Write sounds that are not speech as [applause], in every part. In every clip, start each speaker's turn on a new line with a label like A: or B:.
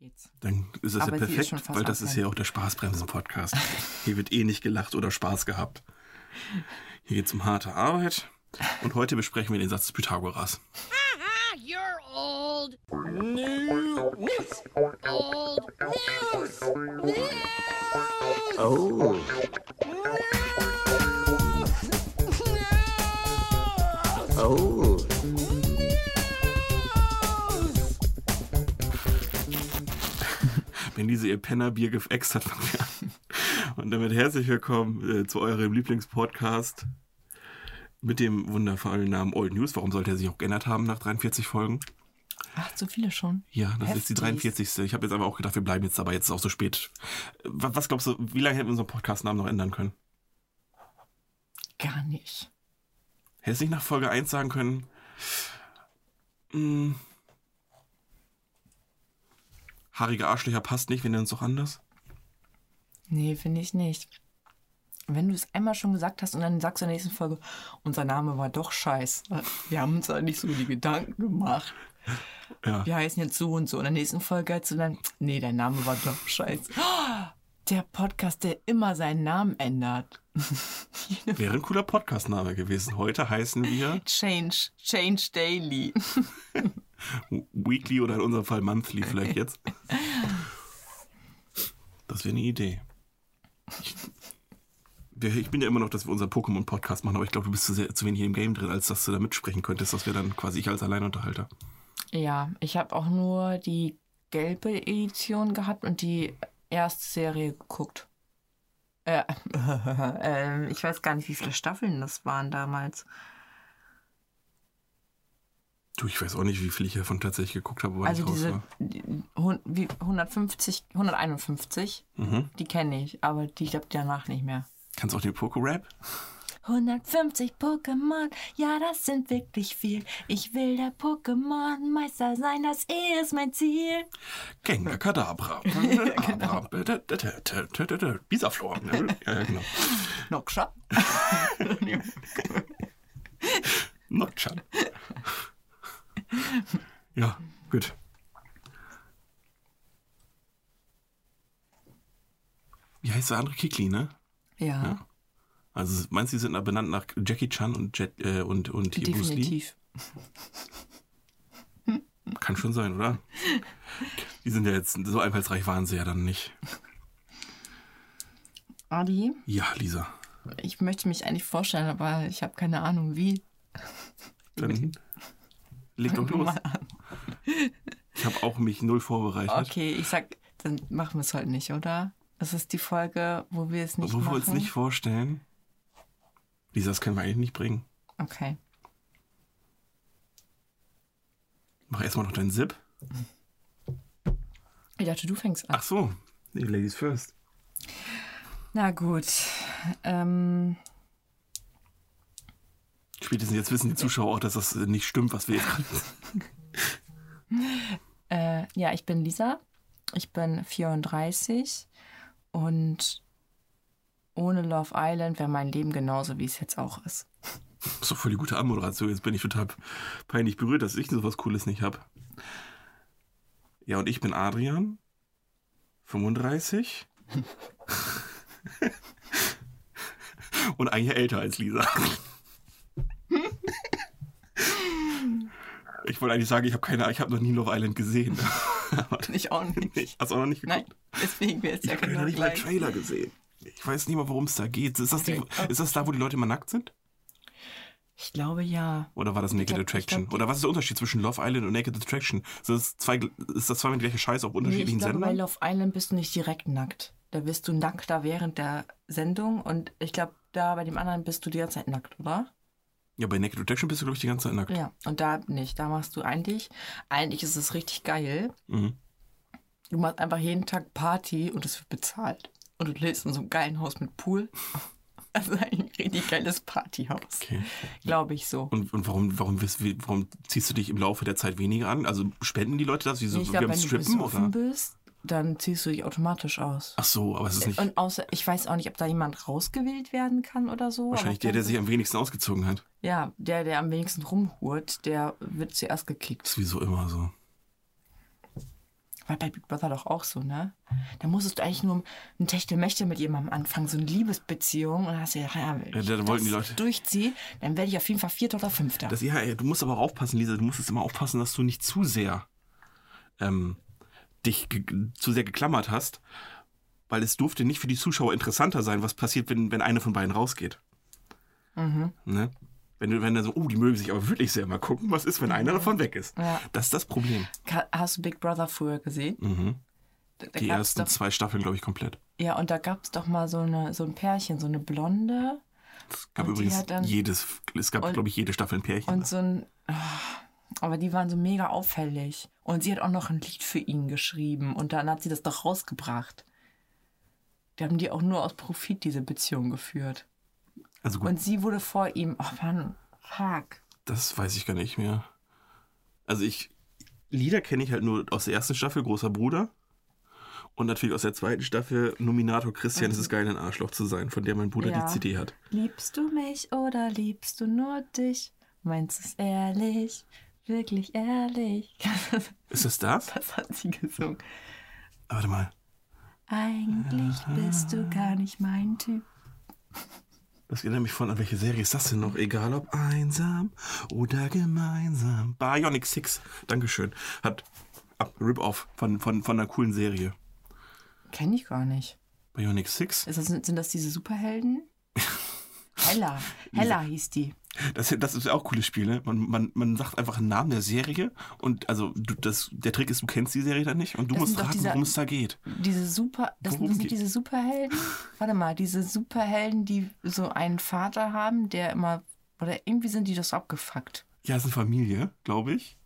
A: nichts.
B: Dann ist es
A: Aber
B: ja
A: sie ist
B: perfekt,
A: schon fast
B: weil das
A: am
B: ist
A: Ende.
B: ja auch der Spaßbremsen-Podcast. Hier wird eh nicht gelacht oder Spaß gehabt. Hier geht es um harte Arbeit. Und heute besprechen wir den Satz des Pythagoras.
C: [laughs] You're old. News. Old news.
D: Oh. Oh.
B: Wenn diese ihr Pennerbier geäxt hat, fangen wir an. Und damit herzlich willkommen äh, zu eurem Lieblingspodcast mit dem wundervollen Namen Old News. Warum sollte er sich auch geändert haben nach 43 Folgen?
A: Ach, so viele schon.
B: Ja, das ist die
A: Heftig.
B: 43. Ich habe jetzt aber auch gedacht, wir bleiben jetzt dabei, jetzt ist auch so spät. Äh, wa- Was glaubst du, wie lange hätten wir unseren Podcastnamen noch ändern können?
A: Gar nicht.
B: Hättest du nicht nach Folge 1 sagen können? Hm. Mh, haarige Arschlöcher passt nicht, wir nennen uns doch
A: [laughs]
B: anders.
A: Nee, finde ich nicht. Wenn du es einmal schon gesagt hast und dann sagst du in der nächsten Folge, unser Name war doch scheiß. Wir haben uns da nicht so die Gedanken gemacht.
B: Ja.
A: Wir heißen jetzt so und so. In der nächsten Folge heißt du dann, nee, dein Name war doch scheiß. Der Podcast, der immer seinen Namen ändert. [laughs]
B: Wäre ein cooler Podcastname gewesen. Heute heißen wir
A: Change, change daily.
B: Weekly oder in unserem Fall Monthly vielleicht jetzt. Das wäre eine Idee. Ich, ich bin ja immer noch, dass wir unseren Pokémon-Podcast machen, aber ich glaube, du bist zu, sehr, zu wenig im Game drin, als dass du da mitsprechen könntest. Das wäre dann quasi ich als Alleinunterhalter.
A: Ja, ich habe auch nur die gelbe Edition gehabt und die erste Serie geguckt. Äh, [laughs] ähm, ich weiß gar nicht, wie viele Staffeln das waren damals.
B: Du, ich weiß auch nicht, wie viel ich davon tatsächlich geguckt habe, wann
A: Also
B: ich raus
A: diese
B: war.
A: die, hun- wie, 150, 151,
B: Mhm.
A: die kenne ich, aber die ich glaube danach nicht mehr.
B: Kannst du auch den Poco-Rap?
A: 150 Pokémon, ja, das sind wirklich viel. Ich will der Pokémon-Meister sein, das ist mein Ziel.
B: Gengar Kadabra. Abra- da- da- da- da- da- da- da- Bisaflor. Ja, ja, genau.
A: Noksha?
B: Notchan. ja, gut. Wie heißt der andere Kikli, ne?
A: Ja,
B: Also meinst du, die sind da benannt nach Jackie Chan und Jet äh, und und hier Bruce Lee?
A: definitiv.
B: Kann schon sein, oder? Die sind ja jetzt so einfallsreich waren sie ja dann nicht.
A: Adi?
B: Ja, Lisa.
A: Ich möchte mich eigentlich vorstellen, aber ich habe keine Ahnung wie.
B: Dann leg doch los. Ich habe auch mich null vorbereitet.
A: Okay, ich sag, dann machen wir es heute nicht, oder? Das ist die Folge, wo wir es nicht
B: Obwohl Also, wir
A: machen.
B: uns nicht vorstellen. Lisa, das können wir eigentlich nicht bringen.
A: okay.
B: Mach erstmal noch deinen Zip.
A: Ich dachte, du fängst an.
B: Ach so. Nee, Ladies first.
A: Na gut. Ähm,
B: Spätestens jetzt wissen die Zuschauer auch, dass das äh, nicht stimmt, was wir jetzt gerade
A: äh, ja, ich bin Lisa. Ich bin 34 und ohne Love Island wäre mein Leben genauso, wie es jetzt auch ist.
B: Das ist doch voll die gute Anmoderation. Jetzt bin ich total peinlich berührt, dass ich sowas Cooles nicht habe. Ja, und ich bin Adrian. 35. [laughs] und ein Jahr älter als Lisa. ich wollte eigentlich sagen, ich habe keine, ich habe noch nie Love Island gesehen. [laughs]
A: Ich auch nicht.
B: Ich hast du auch noch nicht geguckt?
A: [laughs] Nein, deswegen wäre es ja
B: ich habe noch
A: genau
B: nicht mal
A: gleich.
B: einen Trailer gesehen. Ich weiß nicht mal, worum es da geht. Ist das, die, ist das da, wo die Leute immer nackt sind?
A: Ich glaube ja.
B: Oder war das Naked
A: glaub- ich
B: Attraction?
A: glaub, die-
B: Oder was ist der Unterschied zwischen Love Island und Naked Attraction? Ist das, zwei, ist das zweimal die gleiche Scheiße auf
A: Nee, ich
B: unterschiedlichen
A: glaube, bei
B: Sendern?
A: Love Island bist du nicht direkt nackt. Da bist du nackter während der Sendung und ich glaube, da bei dem anderen bist du die ganze Zeit nackt, oder?
B: Ja, bei Naked Attraction bist du, glaube ich, die ganze Zeit nackt.
A: Ja. Und da nicht. Da machst du eigentlich, eigentlich ist es richtig geil.
B: Mhm.
A: Du machst einfach jeden Tag Party und es wird bezahlt. Und du lebst in so einem geilen Haus mit Pool. [laughs] Also ein richtig geiles Partyhaus.
B: Okay.
A: Glaube ich so.
B: Und, und warum, warum, wirst- wie- warum ziehst du dich im Laufe der Zeit weniger an? Also spenden die Leute das? Wie so,
A: ich
B: Also wir
A: glaube,
B: haben
A: wenn du
B: Strippen
A: besoffen
B: oder?
A: bist, dann ziehst du dich automatisch aus.
B: Ach so, aber es ist nicht
A: Und außer, ich weiß auch nicht, ob da jemand rausgewählt werden kann oder so. aber
B: wahrscheinlich
A: ich
B: der,
A: glaube,
B: der sich am wenigsten ausgezogen hat.
A: Ja, der, der am wenigsten rumhurt, der wird zuerst gekickt.
B: Das ist wie so immer so.
A: War bei Big Brother doch auch so, ne? Da musstest du eigentlich nur ein Techtelmächte mit jemandem anfangen, so eine Liebesbeziehung. Und dann hast du gedacht, ja, wenn
B: Ja,
A: ich
B: da wollten die
A: das
B: Leute-
A: durchziehe, dann werde ich auf jeden Fall Vierter oder Fünfter.
B: Das, ja, ja, du musst aber auch aufpassen, Lisa. Du musst jetzt immer aufpassen, dass du nicht zu sehr ähm, dich ge- zu sehr geklammert hast, weil es durfte nicht für die Zuschauer interessanter sein, was passiert, wenn, wenn eine von beiden rausgeht.
A: Mhm.
B: Ne? Wenn du wenn dann so, oh, die mögen sich aber wirklich sehr mal gucken, was ist, wenn einer davon weg ist.
A: Mhm. Ja.
B: Das ist das Problem.
A: Ka- Hast du Big Brother früher gesehen?
B: Mhm.
A: Da, da
B: Die
A: gab's
B: ersten
A: doch,
B: zwei Staffeln, glaube ich, komplett.
A: ja, und da gab es doch mal so, eine, so ein Pärchen, so eine Blonde
B: Es gab
A: Und die
B: übrigens
A: hat dann-
B: jedes, es gab,
A: und-
B: glaube ich, jede Staffel ein Pärchen.
A: und so ein. ah, Aber die waren so mega auffällig. Und sie hat auch noch ein Lied für ihn geschrieben. Und dann hat sie das doch rausgebracht. Die haben die auch nur aus Profit diese Beziehung geführt.
B: also gut,
A: Und sie wurde vor ihm. Oh Mann, fuck.
B: das weiß ich gar nicht mehr. Also ich, Lieder kenne ich halt nur aus der ersten Staffel, Großer Bruder. Und natürlich aus der zweiten Staffel, Nominator Christian, es ist geil, ein Arschloch zu sein, von der mein Bruder
A: Ja.
B: die CD hat.
A: Liebst du mich oder liebst du nur dich? Meinst du es ehrlich? Wirklich ehrlich? [laughs]
B: Ist das das?
A: Das hat sie gesungen.
B: Warte mal.
A: Eigentlich bist du gar nicht mein Typ.
B: Das erinnert mich von, an welche Serie ist das denn noch? Egal ob einsam oder gemeinsam. Bionic Six, Dankeschön. Hat ab, Rip-Off von, von, von einer coolen Serie.
A: Kenn ich gar nicht.
B: Bionic Six?
A: Ist das, sind das
B: [laughs]
A: diese Superhelden? Hella. Hella hieß die.
B: Das, das ist ja auch ein cooles Spiel, ne? Man, man, man sagt einfach einen Namen der Serie und also du, das, der Trick ist, du kennst die Serie dann nicht und du
A: Das
B: musst
A: sind doch
B: raten,
A: diese-
B: worum es da geht.
A: Diese Super. Das sind
B: Worum
A: das nicht
B: geht-
A: diese Superhelden? Warte mal, diese Superhelden, die so einen Vater haben, der immer. Oder irgendwie sind die das so abgefuckt.
B: Ja, es ist eine Familie, glaube ich,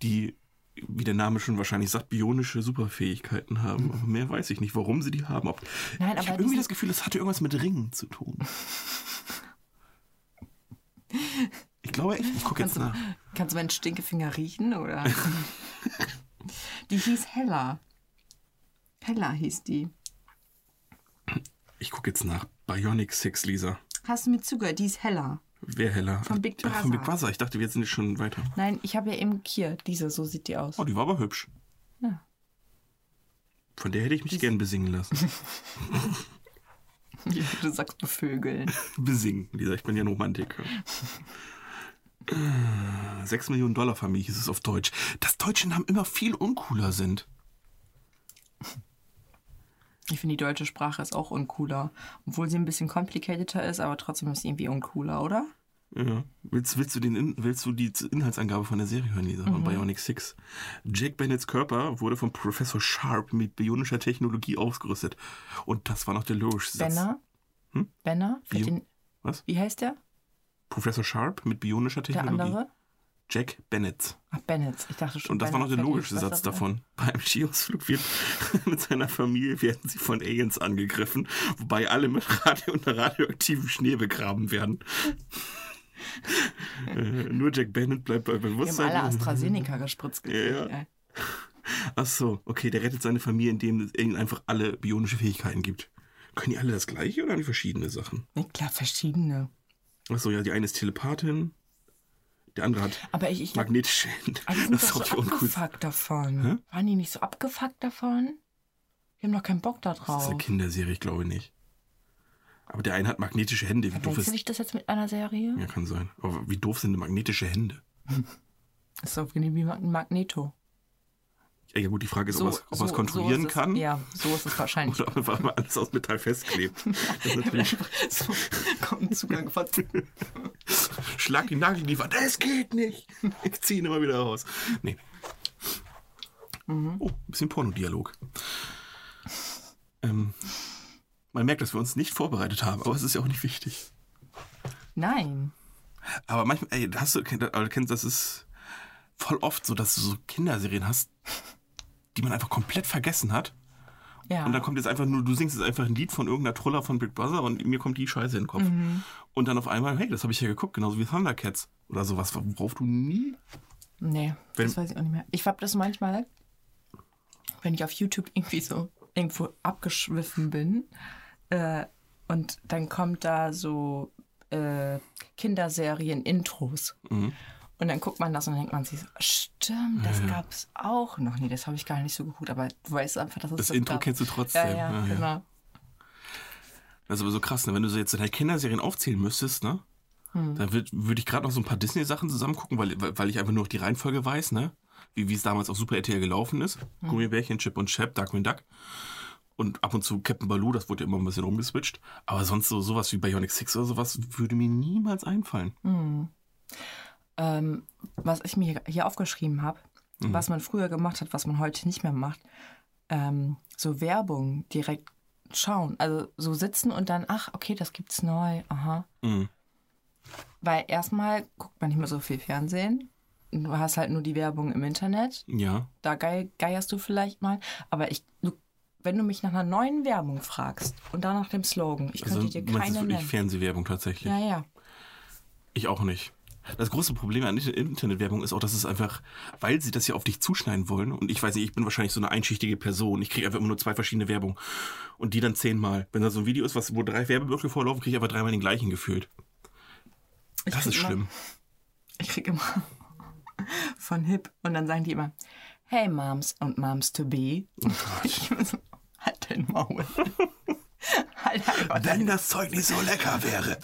B: die, wie der Name schon wahrscheinlich sagt, bionische Superfähigkeiten haben. Aber mehr weiß ich nicht, warum sie die haben. Ob,
A: Nein,
B: ich
A: aber
B: habe irgendwie
A: diese-
B: das Gefühl, es hatte irgendwas mit Ringen zu
A: [laughs]
B: tun. Ich glaube echt, ich gucke jetzt
A: Kannst du,
B: nach.
A: kannst du meinen Stinkefinger
B: [laughs]
A: riechen? Oder? die hieß Hella. Hella hieß die.
B: Ich gucke jetzt nach. Bionic Six, Lisa.
A: Hast du mir zugehört? Die ist Hella.
B: Wer heller?
A: Von Big
B: Ach, von Big
A: Brother.
B: Brother. Ich dachte, wir sind jetzt schon weiter.
A: Nein, ich habe ja eben Kier. Diese, so sieht die aus.
B: Oh, die war aber hübsch.
A: Ja.
B: Von der hätte ich mich gern besingen lassen. [laughs]
A: [laughs] Du sagst bevögeln.
B: besingen, Lisa, ich bin ja ein
A: [laughs]
B: Romantiker. Äh, Sechs Millionen Dollar Familie hieß es auf Deutsch. Dass deutsche Namen immer viel uncooler sind.
A: Ich finde, die deutsche Sprache ist auch uncooler. Obwohl sie ein bisschen complicateter ist, aber trotzdem ist sie irgendwie uncooler, oder?
B: Ja. Willst, willst, du den In willst du die Z- Inhaltsangabe von der Serie hören, Lisa,
A: Mhm.
B: von Bionic Six? Jack Bennetts Körper wurde von Professor Sharp mit bionischer Technologie ausgerüstet. Und das war noch der logische Satz.
A: Benner?
B: Hm?
A: Benner? Für
B: Bio-
A: den,
B: Was?
A: wie heißt der?
B: Professor Sharp mit bionischer
A: Der
B: Technologie.
A: andere?
B: Jack Bennett.
A: Ach, Bennett. Ich dachte schon.
B: Und das war noch der
A: Bennett fällt
B: logische
A: nicht.
B: Satz
A: Was war-
B: davon. Beim Skiausflug wird [laughs] mit seiner Familie werden sie von Aliens angegriffen, wobei alle mit Radio und radioaktivem Schnee begraben
A: [laughs]
B: werden. äh, nur Jack Bennett bleibt bei
A: Wir haben alle
B: Bewusstsein.
A: AstraZeneca gespritzt gekriegt.
B: Ja, ja.
A: ey.
B: Ach so, okay, der rettet seine Familie, indem es ihnen einfach alle bionische Fähigkeiten gibt. Können die alle das gleiche oder haben die verschiedene Sachen?
A: Nee, klar, verschiedene.
B: Ach so, ja, die eine ist Telepathin, der andere hat
A: Aber ich, ich glaube,
B: magnetische [laughs] Hände.
A: die sind
B: Das ist
A: doch
B: auch die
A: so
B: uncoolste.
A: abgefuckt davon.
B: Hä?
A: Waren die nicht so abgefuckt davon? Wir haben doch keinen Bock da
B: Das ist
A: drauf.
B: eine Kinderserie, ich glaube nicht. Aber der eine hat magnetische Hände. Wie doof
A: Verwechsel
B: ist
A: ich das jetzt mit einer Serie?
B: [laughs] Ja, kann sein. Aber wie doof sind denn magnetische Hände?
A: Ist doch wie ein Magneto.
B: Ja, ja gut, die Frage ist, ob er es kontrollieren
A: so ist es.
B: kann
A: Ja, so ist es
B: [laughs]
A: wahrscheinlich.
B: oder ob einfach mal alles aus Metall
A: [laughs]
B: festklebt. Das ist natürlich, [laughs]
A: so kommt ein Zugang von.
B: schlag die Nagel in die Wand. Es geht nicht. Ich ziehe ihn immer wieder raus. Nee.
A: Mhm.
B: Oh, ein bisschen Pornodialog. Ähm, man merkt, dass wir uns nicht vorbereitet haben, aber es ist ja auch nicht wichtig.
A: Nein.
B: Aber manchmal, ey, hast du, aber du kennst, das ist voll oft so, dass du so Kinderserien hast, die man einfach komplett vergessen hat.
A: Ja.
B: Und
A: Ah.
B: dann kommt jetzt einfach nur, du singst jetzt einfach ein Lied von irgendeiner Troller von Big Brother und mir kommt die Scheiße in den Kopf.
A: Mhm.
B: Und dann auf einmal, hey, das habe ich ja geguckt, genauso wie Thundercats oder sowas, worauf du nie.
A: nee, das
B: wenn-
A: weiß ich auch nicht mehr. Ich hab das manchmal, wenn ich auf YouTube irgendwie so irgendwo abgeschwiffen bin äh, und
B: Mhm.
A: dann kommt da so äh, Kinderserien-Intros. Und dann guckt man das und denkt man sich so, stimmt, das gab's auch noch nie. Das habe ich gar nicht so geguckt, aber du weißt einfach, dass es
B: Das Intro
A: gab.
B: kennst du trotzdem. Ah,
A: Ja, ja,
B: Ja, ja.
A: genau.
B: Das ist aber so krass, ne? wenn du so jetzt deine Kinderserien aufzählen müsstest, ne?
A: Hm.
B: Dann würde würd ich gerade noch so ein paar Disney-Sachen zusammen gucken, weil, weil weil ich einfach nur noch die Reihenfolge weiß, ne? Wie wie es damals auf Super RTL gelaufen ist.
A: Hm.
B: Gummibärchen, Chip und Chap, Darkwing Duck. Und ab und zu Captain Baloo, das wurde ja immer ein bisschen rumgeswitcht. Aber sonst so sowas wie Bionic Six oder sowas würde mir niemals einfallen.
A: Ähm, was ich mir hier aufgeschrieben habe,
B: Mhm.
A: was man früher gemacht hat, was man heute nicht mehr macht, ähm, so Werbung direkt schauen. Also so sitzen und dann, ach, okay, das gibt's neu, aha.
B: Mhm.
A: Weil erstmal guckt man nicht mehr so viel Fernsehen. Du hast halt nur die Werbung im Internet.
B: Hm, Ja.
A: Da gei- geierst du vielleicht mal. Aber ich, du, wenn du mich nach einer neuen Werbung fragst und dann nach dem Slogan, ich könnte
B: Also
A: dir
B: du meinst
A: keine
B: jetzt wirklich
A: nennen.
B: Fernsehwerbung tatsächlich.
A: Ja, ja.
B: Ich auch nicht. Das große Problem an Internetwerbung ist auch, dass es einfach, weil sie das ja auf dich zuschneiden wollen, und ich weiß nicht, ich bin wahrscheinlich so eine einschichtige Person, ich kriege einfach immer nur zwei verschiedene Werbung und die dann zehnmal. Wenn da so ein Video ist, was, wo drei Werbeblöcke vorlaufen, kriege ich aber dreimal den gleichen gefühlt.
A: Ich
B: Das
A: krieg
B: ist
A: immer-
B: schlimm.
A: Ich krieg immer [laughs] von Hip und dann sagen die immer, hey Moms und Moms to be. [laughs] ich bin so, halt dein Maul. [laughs] halt einfach
B: Wenn
A: dein,
B: das Zeug nicht so lecker wäre.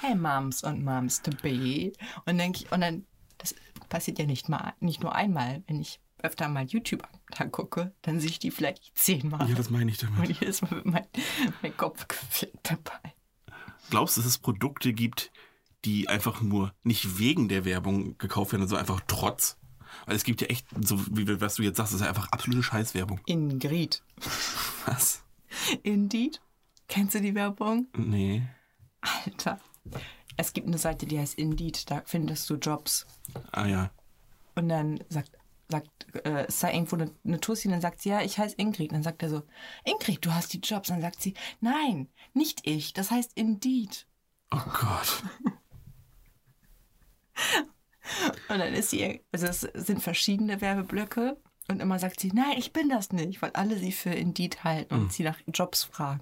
A: hey Moms und Moms to be. Und denk ich, und dann, das passiert ja nicht mal, nicht nur einmal, wenn ich öfter mal YouTube angucke, dann sehe ich die vielleicht zehnmal.
B: Ja, das meine ich damit.
A: [laughs] und jedes Mal wird mein, mein Kopf [laughs] gefickt dabei.
B: Glaubst du, dass es Produkte gibt, die einfach nur nicht wegen der Werbung gekauft werden, sondern einfach trotz? Weil es gibt ja echt, so wie was du jetzt sagst, ist ja einfach absolute Scheißwerbung.
A: Ingrid.
B: Was?
A: Indeed. Kennst du die Werbung?
B: Nee.
A: Alter. Es gibt eine Seite, die heißt Indeed, da findest du Jobs.
B: Ah ja.
A: Und dann sagt, sagt äh, ist da irgendwo eine, eine Tussi und dann sagt sie, ja, ich heiße Ingrid. Und dann sagt er so, Ingrid, du hast die Jobs. Und dann sagt sie, nein, nicht ich, das heißt Indeed.
B: Oh Gott.
A: Und dann ist sie, also es sind verschiedene Werbeblöcke und immer sagt sie, nein, ich bin das nicht, weil alle sie für Indeed halten und sie nach Jobs fragen.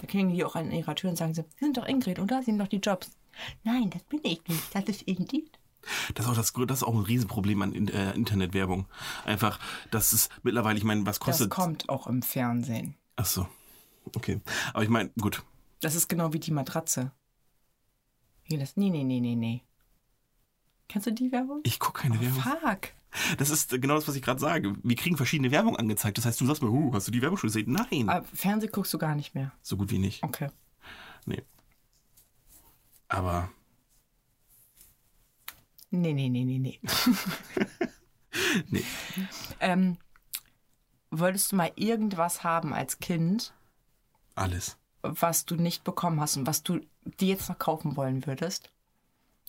A: Da klingen die auch an ihrer Tür und sagen so, sie sind doch Ingrid, oder? Sie sind doch die Jobs. Nein, das bin ich nicht, das ist Indeed.
B: Das ist auch, das, das ist auch ein Riesenproblem an in, äh, Internetwerbung. Einfach, dass es mittlerweile, ich meine, was
A: Das
B: kostet.
A: kommt auch im Fernsehen.
B: Ach so. Okay. Aber ich meine, gut.
A: Das ist genau wie die Matratze. Hier das. Nee, nee, nee, nee, nee. Kennst du die Werbung?
B: Ich gucke keine Werbung.
A: Oh, Fuck.
B: Das ist genau das, was ich gerade sage. Wir kriegen verschiedene Werbung angezeigt. Das heißt, du sagst mir, huh, hast du die Werbung schon gesehen? Nein.
A: Aber Fernsehen Ah, guckst du gar nicht mehr.
B: So gut wie nicht.
A: Okay.
B: Nee. Aber
A: Nee, nee, nee, nee, nee.
B: Nee.
A: Ähm, wolltest du mal irgendwas haben als Kind,
B: alles.
A: was du nicht bekommen hast und was du dir jetzt noch kaufen wollen würdest?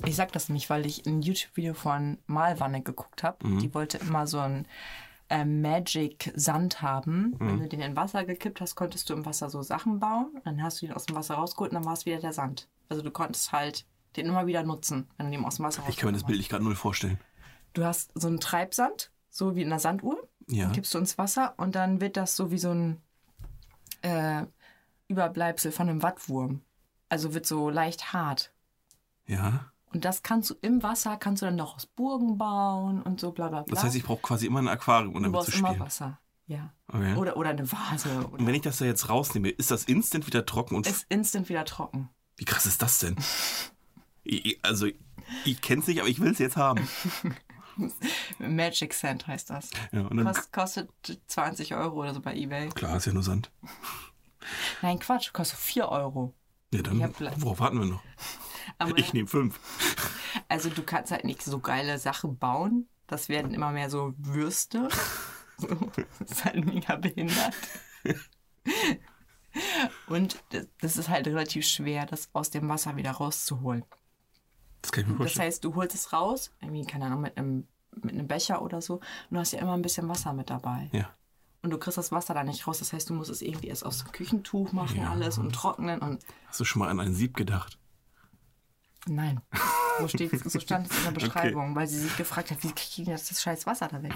A: Ich sag das nicht, weil ich ein YouTube-Video von Malwanne geguckt habe.
B: Mhm.
A: Die wollte immer so ein äh, Magic-Sand
B: Mhm.
A: haben. Wenn du den in Wasser gekippt hast, konntest du im Wasser so Sachen bauen. Dann hast du den aus dem Wasser rausgeholt und dann war es wieder der Sand. Also du konntest halt den immer wieder nutzen, wenn du den aus dem Wasser
B: Ich kann mir
A: rausgeholt
B: das bildlich gerade null vorstellen.
A: hast. Du hast so einen Treibsand, so wie in einer Sanduhr.
B: Ja.
A: Dann kippst du ins Wasser und dann wird das so wie so ein äh, Überbleibsel von einem Wattwurm. Also wird so leicht hart.
B: Ja.
A: Und das kannst du im Wasser, kannst du dann noch aus Burgen bauen und so bla bla bla.
B: Das heißt, ich brauche quasi immer ein Aquarium, um
A: du
B: damit zu
A: brauchst immer
B: spielen.
A: Wasser. Ja.
B: Okay.
A: Oder, oder eine Vase.
B: Und [laughs]
A: Oder
B: wenn ich das da jetzt rausnehme, ist das instant wieder trocken und
A: ist instant wieder trocken.
B: Wie krass ist das denn? Ich, ich- also, ich kenn's nicht, aber ich will's jetzt haben.
A: Magic Sand heißt das.
B: Ja, und dann,
A: Kost, kostet 20 Euro oder so bei Ebay.
B: klar, ist ja nur Sand.
A: Nein, Quatsch, kostet 4 Euro.
B: Ja, dann,
A: Ich hab Platz.
B: worauf warten wir noch?
A: Aber
B: Ich nehme fünf.
A: Also du kannst halt nicht so geile Sachen bauen. Das werden immer mehr so
B: [laughs]
A: Würste. So, das ist halt mega behindert. Und das- das ist halt relativ schwer, das aus dem Wasser wieder rauszuholen.
B: Das kann ich mir
A: Das
B: vorstellen.
A: heißt, du holst es raus, irgendwie, keine Ahnung, mit einem, mit einem Becher oder so, und du hast ja immer ein bisschen Wasser mit dabei.
B: Ja.
A: Und du kriegst das Wasser da nicht raus. Das heißt, du musst es irgendwie erst aus dem Küchentuch machen,
B: Ja.
A: alles und trocknen und.
B: Hast du schon mal an einen Sieb gedacht? [laughs]
A: Nein. So, steht's, so stand es in der Beschreibung, weil sie sich gefragt hat, wie kriegen die das, das scheiß Wasser da weg?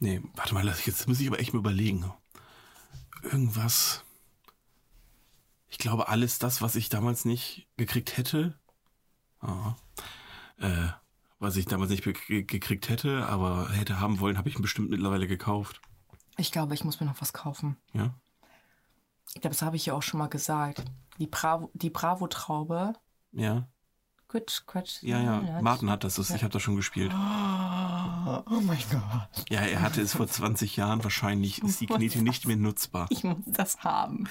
B: Nee, warte mal, lass ich- jetzt muss ich aber echt mal überlegen. Irgendwas. Ich glaube, alles das, was ich damals nicht gekriegt hätte. Ah. äh, was ich damals nicht ge- gekriegt hätte, aber hätte haben wollen, habe ich bestimmt mittlerweile gekauft.
A: Ich glaube, ich muss mir noch was kaufen.
B: Ja.
A: Ich glaube, das habe ich ja auch schon mal gesagt. Die Bravo, die Bravo-Traube.
B: Ja,
A: Quatsch, Quatsch.
B: ja, ja. Martin hat das, das ich habe das schon gespielt.
A: Oh, oh mein Gott.
B: Ja, er hatte es vor 20 Jahren. Wahrscheinlich ist die Knete nicht mehr nutzbar.
A: Ich muss das haben.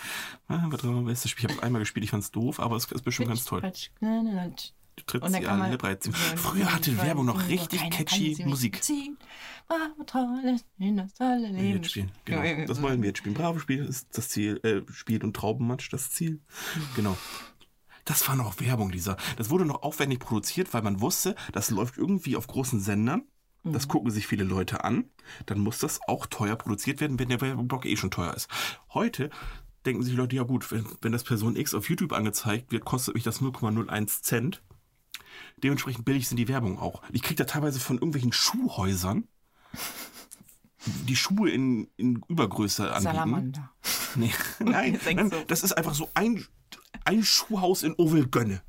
B: Ah, was war mein bestes Spiel? Ich habe es einmal gespielt, ich fand es doof, aber es ist bestimmt ganz toll.
A: Quatsch, nein, nein, nein.
B: Du trittst
A: Und dann
B: sie
A: kann
B: alle
A: man-
B: in Breite.
A: Ja,
B: Früher hatte
A: die
B: Werbung noch
A: Leute,
B: richtig
A: keiner kann
B: catchy
A: sie mit
B: Musik.
A: ziehen. Bravo-Traube, in das tolle
B: Wir
A: Leben. Äh,
B: jetzt spielen. Genau.
A: Ja, ja,
B: Das
A: ja.
B: wollen wir jetzt spielen. Bravo Spiel ist das Ziel. Äh, Spiel und Traubenmatsch das Ziel.
A: Mhm.
B: Genau. Das war noch Werbung, Lisa. Das wurde noch aufwendig produziert, weil man wusste, das läuft irgendwie auf großen Sendern.
A: Mhm.
B: Das gucken sich viele Leute an. Dann muss das auch teuer produziert werden, wenn der Werbeblock eh schon teuer ist. Heute denken sich die Leute, ja gut, wenn, wenn das Person X auf YouTube angezeigt wird, kostet mich das 0,01 Cent. Dementsprechend billig sind die Werbung auch. Ich kriege da teilweise von irgendwelchen Schuhhäusern die Schuhe in, in Übergröße anbieten.
A: Salamander.
B: [laughs]
A: [laughs]
B: Nee, nein,
A: Jetzt denkst
B: nein
A: du-
B: das ist einfach so ein, ein Schuhhaus in Ovelgönne.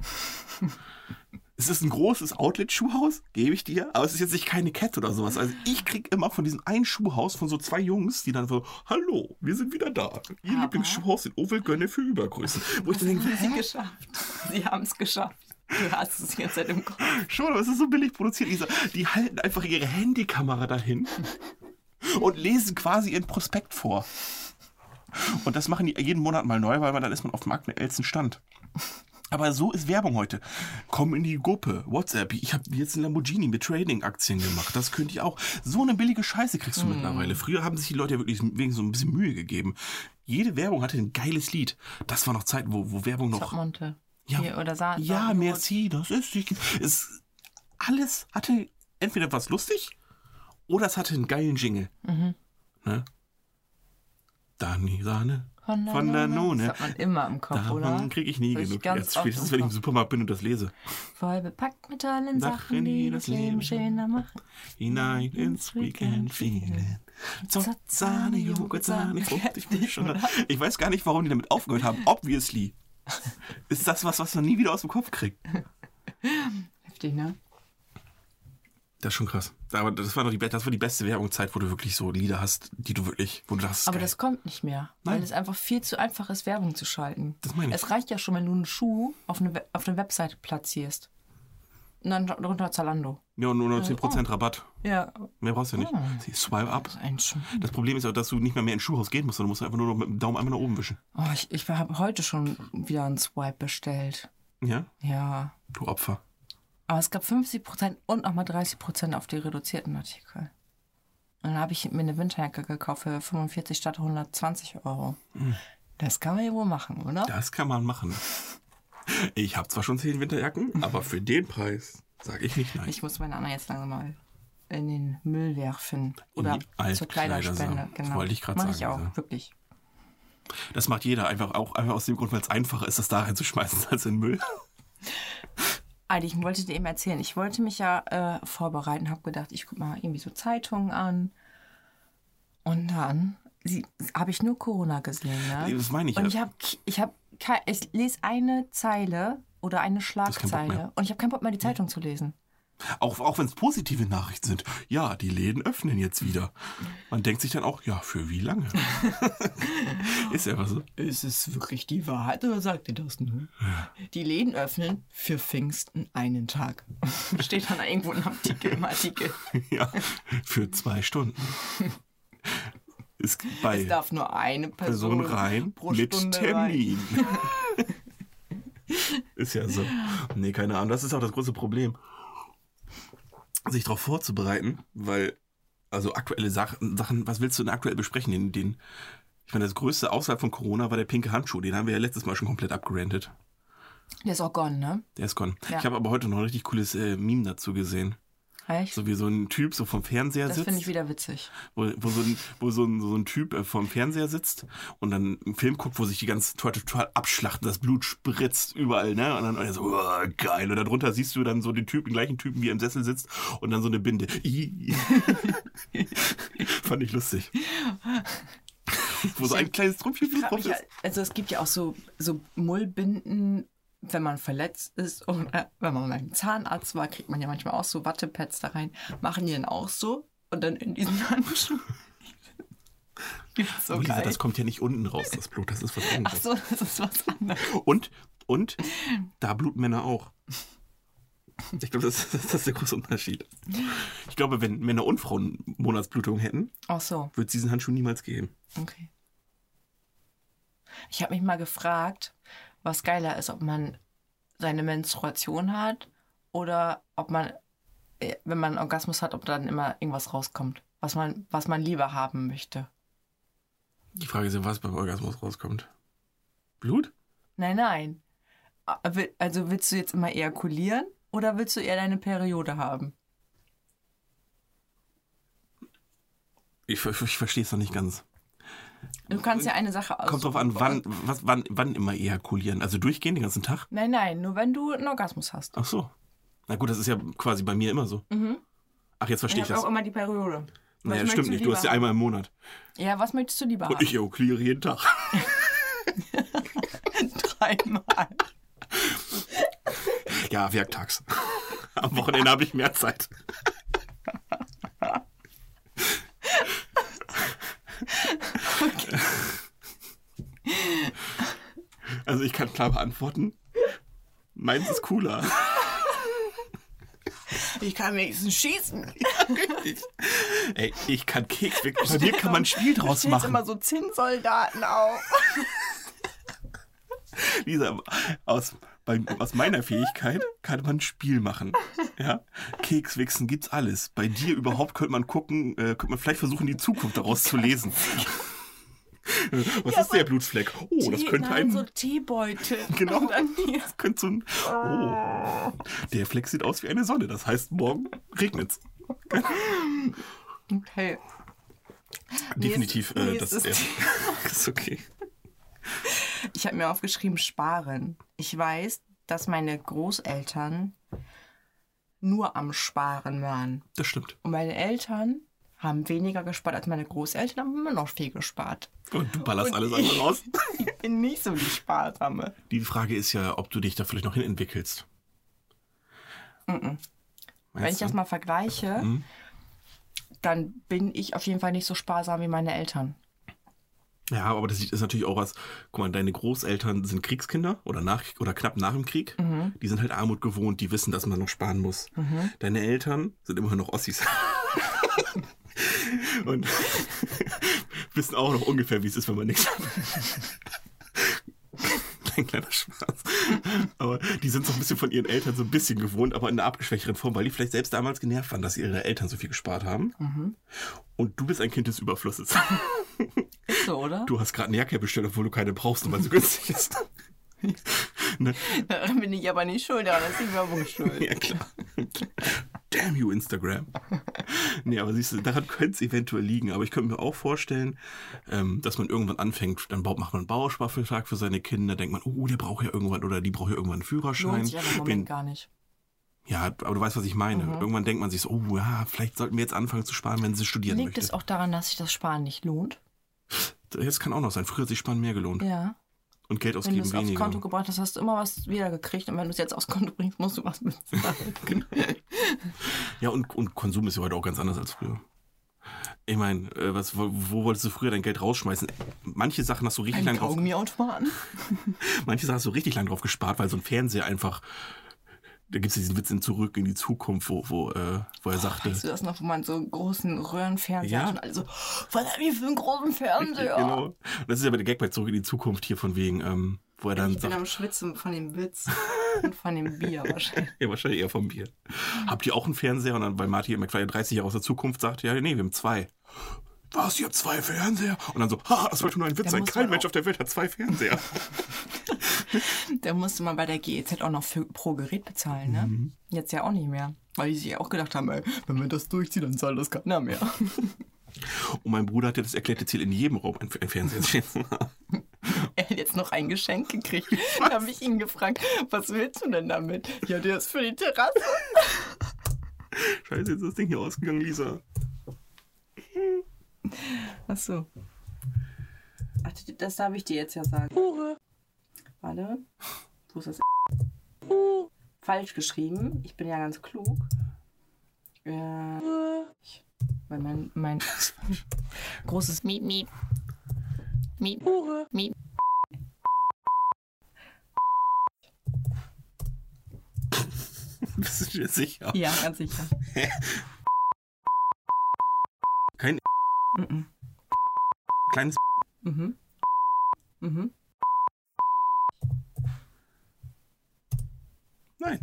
B: es ist ein großes Outlet-Schuhhaus, gebe ich dir, aber es ist jetzt nicht keine Kette oder sowas. Also ich kriege immer von diesem einen Schuhhaus von so zwei Jungs, die dann so, hallo, wir sind wieder da. Ihr
A: Aber-
B: Lieblingsschuhhaus in Ovelgönne für Übergrößen. Wo ich dann denke,
A: Sie geschafft. Sie haben es geschafft. Du hast es jetzt seit dem Kopf.
B: Schon, aber es ist so billig produziert, Lisa. Die halten einfach ihre Handykamera dahin und lesen quasi ihren Prospekt vor. Und das machen die jeden Monat mal neu, weil man, dann ist man auf dem aktuellsten Stand. Aber so ist Werbung heute. Komm in die Gruppe, WhatsApp. Ich habe jetzt einen Lamborghini mit Trading-Aktien gemacht. Das könnte ich auch. So eine billige Scheiße kriegst du mittlerweile. Früher haben sich die Leute ja wirklich wegen so ein bisschen Mühe gegeben. Jede Werbung hatte ein geiles Lied. Das war noch Zeit, wo, wo Werbung noch
A: Monte.
B: Ja.
A: Hier, oder Sa
B: ja,
A: Saatgut.
B: merci, das ist nicht. Es, alles hatte entweder was lustig oder es hatte einen geilen Jingle.
A: Mhm.
B: Ne? Dani Sahne.
A: Von,
B: Von Danone.
A: Das hat man immer im Kopf, oder?
B: Davon kriege ich nie
A: Hab ich
B: genug.
A: ganz
B: Jetzt
A: oft
B: spätestens,
A: im
B: wenn ich im
A: Kopf.
B: Supermarkt bin und das lese.
A: Voll bepackt mit tollen Sachen, die das Leben schöner machen.
B: Hinein ins Weekend fehlen. Zott, Sahne, Joghurt, Sahne, Frucht, ich bin schon da. Ich weiß gar nicht, warum die damit aufgehört [laughs] haben. Obviously. Ist das was, was man nie wieder aus dem Kopf kriegt?
A: Heftig, ne?
B: Das ist schon krass. Aber das war noch die, be- das war die beste Werbungszeit, wo du wirklich so Lieder hast, die du wirklich, wo du dachtest,
A: Aber
B: geil.
A: das kommt nicht mehr, weil
B: Nein.
A: es einfach viel zu einfach ist, Werbung zu schalten.
B: Das meine ich.
A: Es reicht ja schon, wenn du einen Schuh auf eine, We- auf eine Webseite platzierst. Und dann drunter Zalando.
B: Ja, und nur noch
A: oh.
B: 10% Rabatt.
A: Ja,
B: Mehr brauchst du ja nicht.
A: Ah.
B: Sie Swipe up.
A: ein Schuh.
B: Das Problem ist auch, dass du nicht mehr mehr ins Schuhhaus gehen musst, sondern musst einfach nur noch mit dem Daumen einmal nach oben wischen.
A: Oh, ich, ich habe heute schon wieder einen Swipe bestellt.
B: Ja?
A: Ja.
B: Du Opfer.
A: Aber es gab 50% und nochmal 30% auf die reduzierten Artikel. Und dann habe ich mir eine Winterjacke gekauft für 45 statt 120 Euro. Das kann man ja wohl machen, oder?
B: Das kann man machen. Ich habe zwar schon 10 Winterjacken, aber für den Preis sage ich nicht nein.
A: Ich muss meine Anna jetzt langsam mal in den Müll werfen.
B: In
A: Oder
B: die Altkleidersammlung.
A: zur Kleiderspende.
B: Das
A: Genau.
B: wollte ich gerade sagen,
A: Mach
B: also.
A: ich auch,
B: ja.
A: wirklich.
B: Das macht jeder einfach auch einfach aus dem Grund, weil es einfacher ist, das da reinzuschmeißen [laughs] als in den Müll.
A: Also ich wollte dir eben erzählen, ich wollte mich ja äh, vorbereiten, habe gedacht, ich gucke mal irgendwie so Zeitungen an. Und dann habe ich nur Corona gesehen. Ne?
B: Das meine ich
A: Und
B: ja.
A: ich habe, ich habe, ich lese eine Zeile oder eine
B: hast keinen Bock
A: Schlagzeile
B: mehr. Hm.
A: und ich habe keinen Bock mehr, die Zeitung zu lesen.
B: Auch, auch wenn es positive Nachrichten sind. Ja, die Läden öffnen jetzt wieder. Man denkt sich dann auch, ja, für wie lange? ist ja einfach so.
A: Ist es wirklich die Wahrheit oder sagt ihr das nur? Die Läden öffnen für Pfingsten einen Tag. [laughs] Steht dann irgendwo ein Artikel im Artikel.
B: Ja, für zwei Stunden. Ist bei
A: Es darf nur eine Person,
B: Person rein
A: pro
B: mit
A: Stunde [laughs]
B: Termin. ist ja so. Nee, keine Ahnung. Das ist auch das große Problem. Sich darauf vorzubereiten, weil, also aktuelle Sachen, Sachen, was willst du denn aktuell besprechen? Den, den, ich meine, das größte außerhalb von Corona war der pinke Handschuh. Den haben wir ja letztes Mal schon komplett abgerantet.
A: Der ist auch gone, ne?
B: Der ist gone.
A: Ja.
B: Ich habe aber heute noch ein richtig cooles äh, Meme dazu gesehen.
A: Echt?
B: So wie so ein Typ so vom Fernseher
A: das
B: sitzt.
A: finde ich wieder witzig.
B: wo, wo, so ein, wo so, ein, so ein Typ äh, vorm Fernseher sitzt und dann einen Film guckt, wo sich die ganze Torte total abschlachten, das Blut spritzt überall, ne? Und dann und er so, "Uah, geil. Und darunter siehst du dann so den Typen, den gleichen Typen, wie er im Sessel sitzt und dann so eine Binde. Ih. [laughs] Fand ich lustig. wo so ein kleines Trüppchen
A: Ich frag
B: drauf
A: mich, halt, ja-
B: ist.
A: also es gibt ja auch so, so Mullbinden wenn man verletzt ist oder wenn man beim Zahnarzt war, kriegt man ja manchmal auch so Wattepads da rein. Machen die dann auch so und dann in diesen [laughs] Handschuh. Gibt's so
B: Luisa,
A: geil.
B: das kommt ja nicht unten raus, das Blut. Das ist was
A: Ach
B: anderes.
A: so, [laughs] das ist was anderes.
B: Und, und, da Blutmänner auch. Ich glaube, das, das ist der große Unterschied. Ich glaube, wenn Männer und Frauen Monatsblutung hätten,
A: Ach so,
B: würde es diesen Handschuh niemals geben.
A: okay. Ich habe mich mal gefragt, was geiler ist, ob man seine Menstruation hat oder ob man, äh, wenn man einen Orgasmus hat, ob dann immer irgendwas rauskommt, was man, was man lieber haben möchte.
B: Die Frage ist ja, was beim Orgasmus rauskommt. Blut?
A: Nein, nein. Ah, will- Also willst du jetzt immer ejakulieren oder willst du eher deine Periode haben?
B: Ich, ver- ich verstehe es noch nicht ganz.
A: Du kannst ja eine Sache aussuchen.
B: Äh, Kommt drauf an, wann, was, wann, wann immer ejakulieren. Also durchgehen den ganzen Tag?
A: Nein, nein, nur wenn du einen Orgasmus hast.
B: Ach so. Na gut, das ist ja quasi bei mir immer so.
A: Mhm.
B: Ach, jetzt
A: Ich
B: verstehe ich,
A: habe
B: das.
A: auch immer die Periode. Was
B: Naja,
A: möchtest
B: stimmt
A: du
B: nicht. Du
A: lieber
B: hast ja
A: haben?
B: einmal im Monat.
A: Ja, was möchtest du lieber
B: Und ich ejakuliere jeden Tag.
A: haben? [laughs] Dreimal.
B: Ja, werktags. [laughs] Am Wochenende habe ich mehr Zeit. Also ich kann klar beantworten. Meins ist cooler.
A: Ich kann wenigstens schießen.
B: Ey, ich kann Keks. Bei mir kann man ein Spiel draus
A: Stellst
B: machen.
A: immer so Zinnsoldaten auf.
B: Lisa, aus, bei, aus meiner Fähigkeit kann man ein Spiel machen. Ja? Kekswichsen gibt's alles. Bei dir überhaupt könnte man gucken, äh, könnte man vielleicht versuchen, die Zukunft daraus zu
A: [laughs]
B: lesen. Was ist der Blutfleck? Oh, das
A: Die-
B: könnte
A: nein,
B: ein.
A: so Teebeutel.
B: [laughs] Genau.
A: Und dann hier.
B: Das könnte so ein. Oh. Der Fleck sieht aus wie eine Sonne. Das heißt, morgen regnet's.
A: Okay.
B: Definitiv. äh,
A: mir
B: [laughs]
A: ist
B: das
A: es-
B: ist, ist okay.
A: Ich habe mir aufgeschrieben, sparen. Ich weiß, dass meine Großeltern nur am Sparen waren.
B: Das stimmt.
A: Und meine Eltern haben weniger gespart als meine Großeltern, aber immer noch viel [laughs] gespart.
B: Und du ballerst
A: Und
B: alles
A: ich-
B: andere raus.
A: Ich bin nicht so die Sparsame.
B: Die Frage ist ja, ob du dich da vielleicht noch hin entwickelst.
A: Mhm. Wenn ich
B: Meinst du?
A: das mal vergleiche,
B: Mhm.
A: dann bin ich auf jeden Fall nicht so sparsam wie meine Eltern.
B: Ja, aber das ist natürlich auch was. Guck mal, deine Großeltern sind Kriegskinder oder, nach, oder knapp nach dem Krieg. Die sind halt Armut gewohnt, die wissen, dass man noch sparen muss. Deine Eltern sind immerhin noch Ossis. Und [laughs] wissen auch noch ungefähr, wie es ist, wenn man nichts hat. Ein kleiner Spaß. Aber die sind so ein bisschen von ihren Eltern so ein bisschen gewohnt, aber in einer abgeschwächteren Form, weil die vielleicht selbst damals genervt waren, dass ihre Eltern so viel gespart haben. Und du bist ein Kind des Überflusses.
A: Ist so, oder?
B: Du hast gerade eine Jacke bestellt, obwohl du keine brauchst, nur weil sie günstig ist. [laughs] ne?
A: Daran bin ich aber nicht schuld, daran ist
B: [laughs]
A: die Werbung schuld.
B: Ja, klar. Damn you, Instagram. Nee, aber siehst du, daran könnte es eventuell liegen. Aber ich könnte mir auch vorstellen, ähm, dass man irgendwann anfängt, dann baut, macht man einen Bausparvertrag für seine Kinder, denkt man, oh, der braucht ja irgendwann oder die braucht ja irgendwann einen Führerschein.
A: Lohnt sich aber im
B: Wenn-
A: Moment gar nicht.
B: ja, aber du weißt, was ich meine.
A: Mhm.
B: Irgendwann denkt man sich so, oh, ja, vielleicht sollten wir jetzt anfangen zu sparen, wenn sie studieren
A: Liegt es
B: möchte.
A: auch daran, dass sich das Sparen nicht lohnt?
B: Jetzt kann auch noch sein. Früher hat sich Sparen mehr gelohnt
A: Ja.
B: und Geld
A: Wenn du
B: ausgeben
A: es aufs
B: weniger.
A: Konto gebracht hast, hast du immer was wiedergekriegt. Und wenn du es jetzt aufs Konto bringst, musst du
B: [laughs]
A: was bezahlen.
B: Genau. Ja, und, und Konsum ist ja heute auch ganz anders als früher. Ich meine, äh, was, wo, wo wolltest du früher dein Geld rausschmeißen? Manche Sachen hast du richtig
A: Ein
B: lang drauf,
A: Kaugummiautomaten?
B: manche Sachen hast du richtig lang drauf gespart, weil so ein Fernseher einfach. Da gibt es diesen Witz in Zurück in die Zukunft, wo, wo, äh, wo er sagte.
A: Weißt du Oh, das noch, wo man so einen großen Röhrenfernseher
B: Ja.
A: hat und alle so, was hat die für einen großen Fernseher?
B: Genau. Und Das ist ja bei der Gag bei Zurück in die Zukunft hier von wegen, ähm, wo er dann
A: Ich bin
B: sagt,
A: am Schwitzen von dem
B: [laughs]
A: Witz und von dem Bier wahrscheinlich.
B: ja, wahrscheinlich eher vom Bier. Habt ihr auch einen Fernseher? Und dann, weil Marty McFly 30 Jahre aus der Zukunft sagt, ja, nee, wir haben zwei. Was, ihr habt zwei Fernseher? Und dann so, [laughs] ha, das wollte nur ein Witz
A: Da
B: sein.
A: muss
B: Kein
A: man
B: Mensch
A: auch-
B: auf der Welt hat zwei Fernseher.
A: [laughs] Da musste man bei der GEZ auch noch für, pro Gerät bezahlen, ne? Jetzt ja auch nicht mehr. Weil die sich ja auch gedacht haben, ey, wenn wir das durchziehen, dann zahlt das keiner mehr.
B: Und mein Bruder hatte das erklärte Ziel, in jedem Raum ein, ein [laughs] Fernseher stehen zu haben.
A: Er hat jetzt noch ein Geschenk gekriegt. Da habe ich ihn gefragt, was willst du denn damit? Ja, der ist für die Terrasse.
B: Scheiße, jetzt ist das Ding hier ausgegangen, Lisa. [laughs]
A: Ach so. Ach, das darf ich dir jetzt ja sagen. Hure. Warte. Wo ist das?
E: falsch geschrieben. Ich bin ja ganz klug. Äh, ich, weil mein, mein [laughs]
A: [laughs] Großes Miep, Miep. Miep. Miep.
B: Bist du dir sicher?
E: ja, ganz sicher.
B: Kein
E: Mhm.
B: kleines [laughs]
E: Mhm. Mhm.
B: Nein.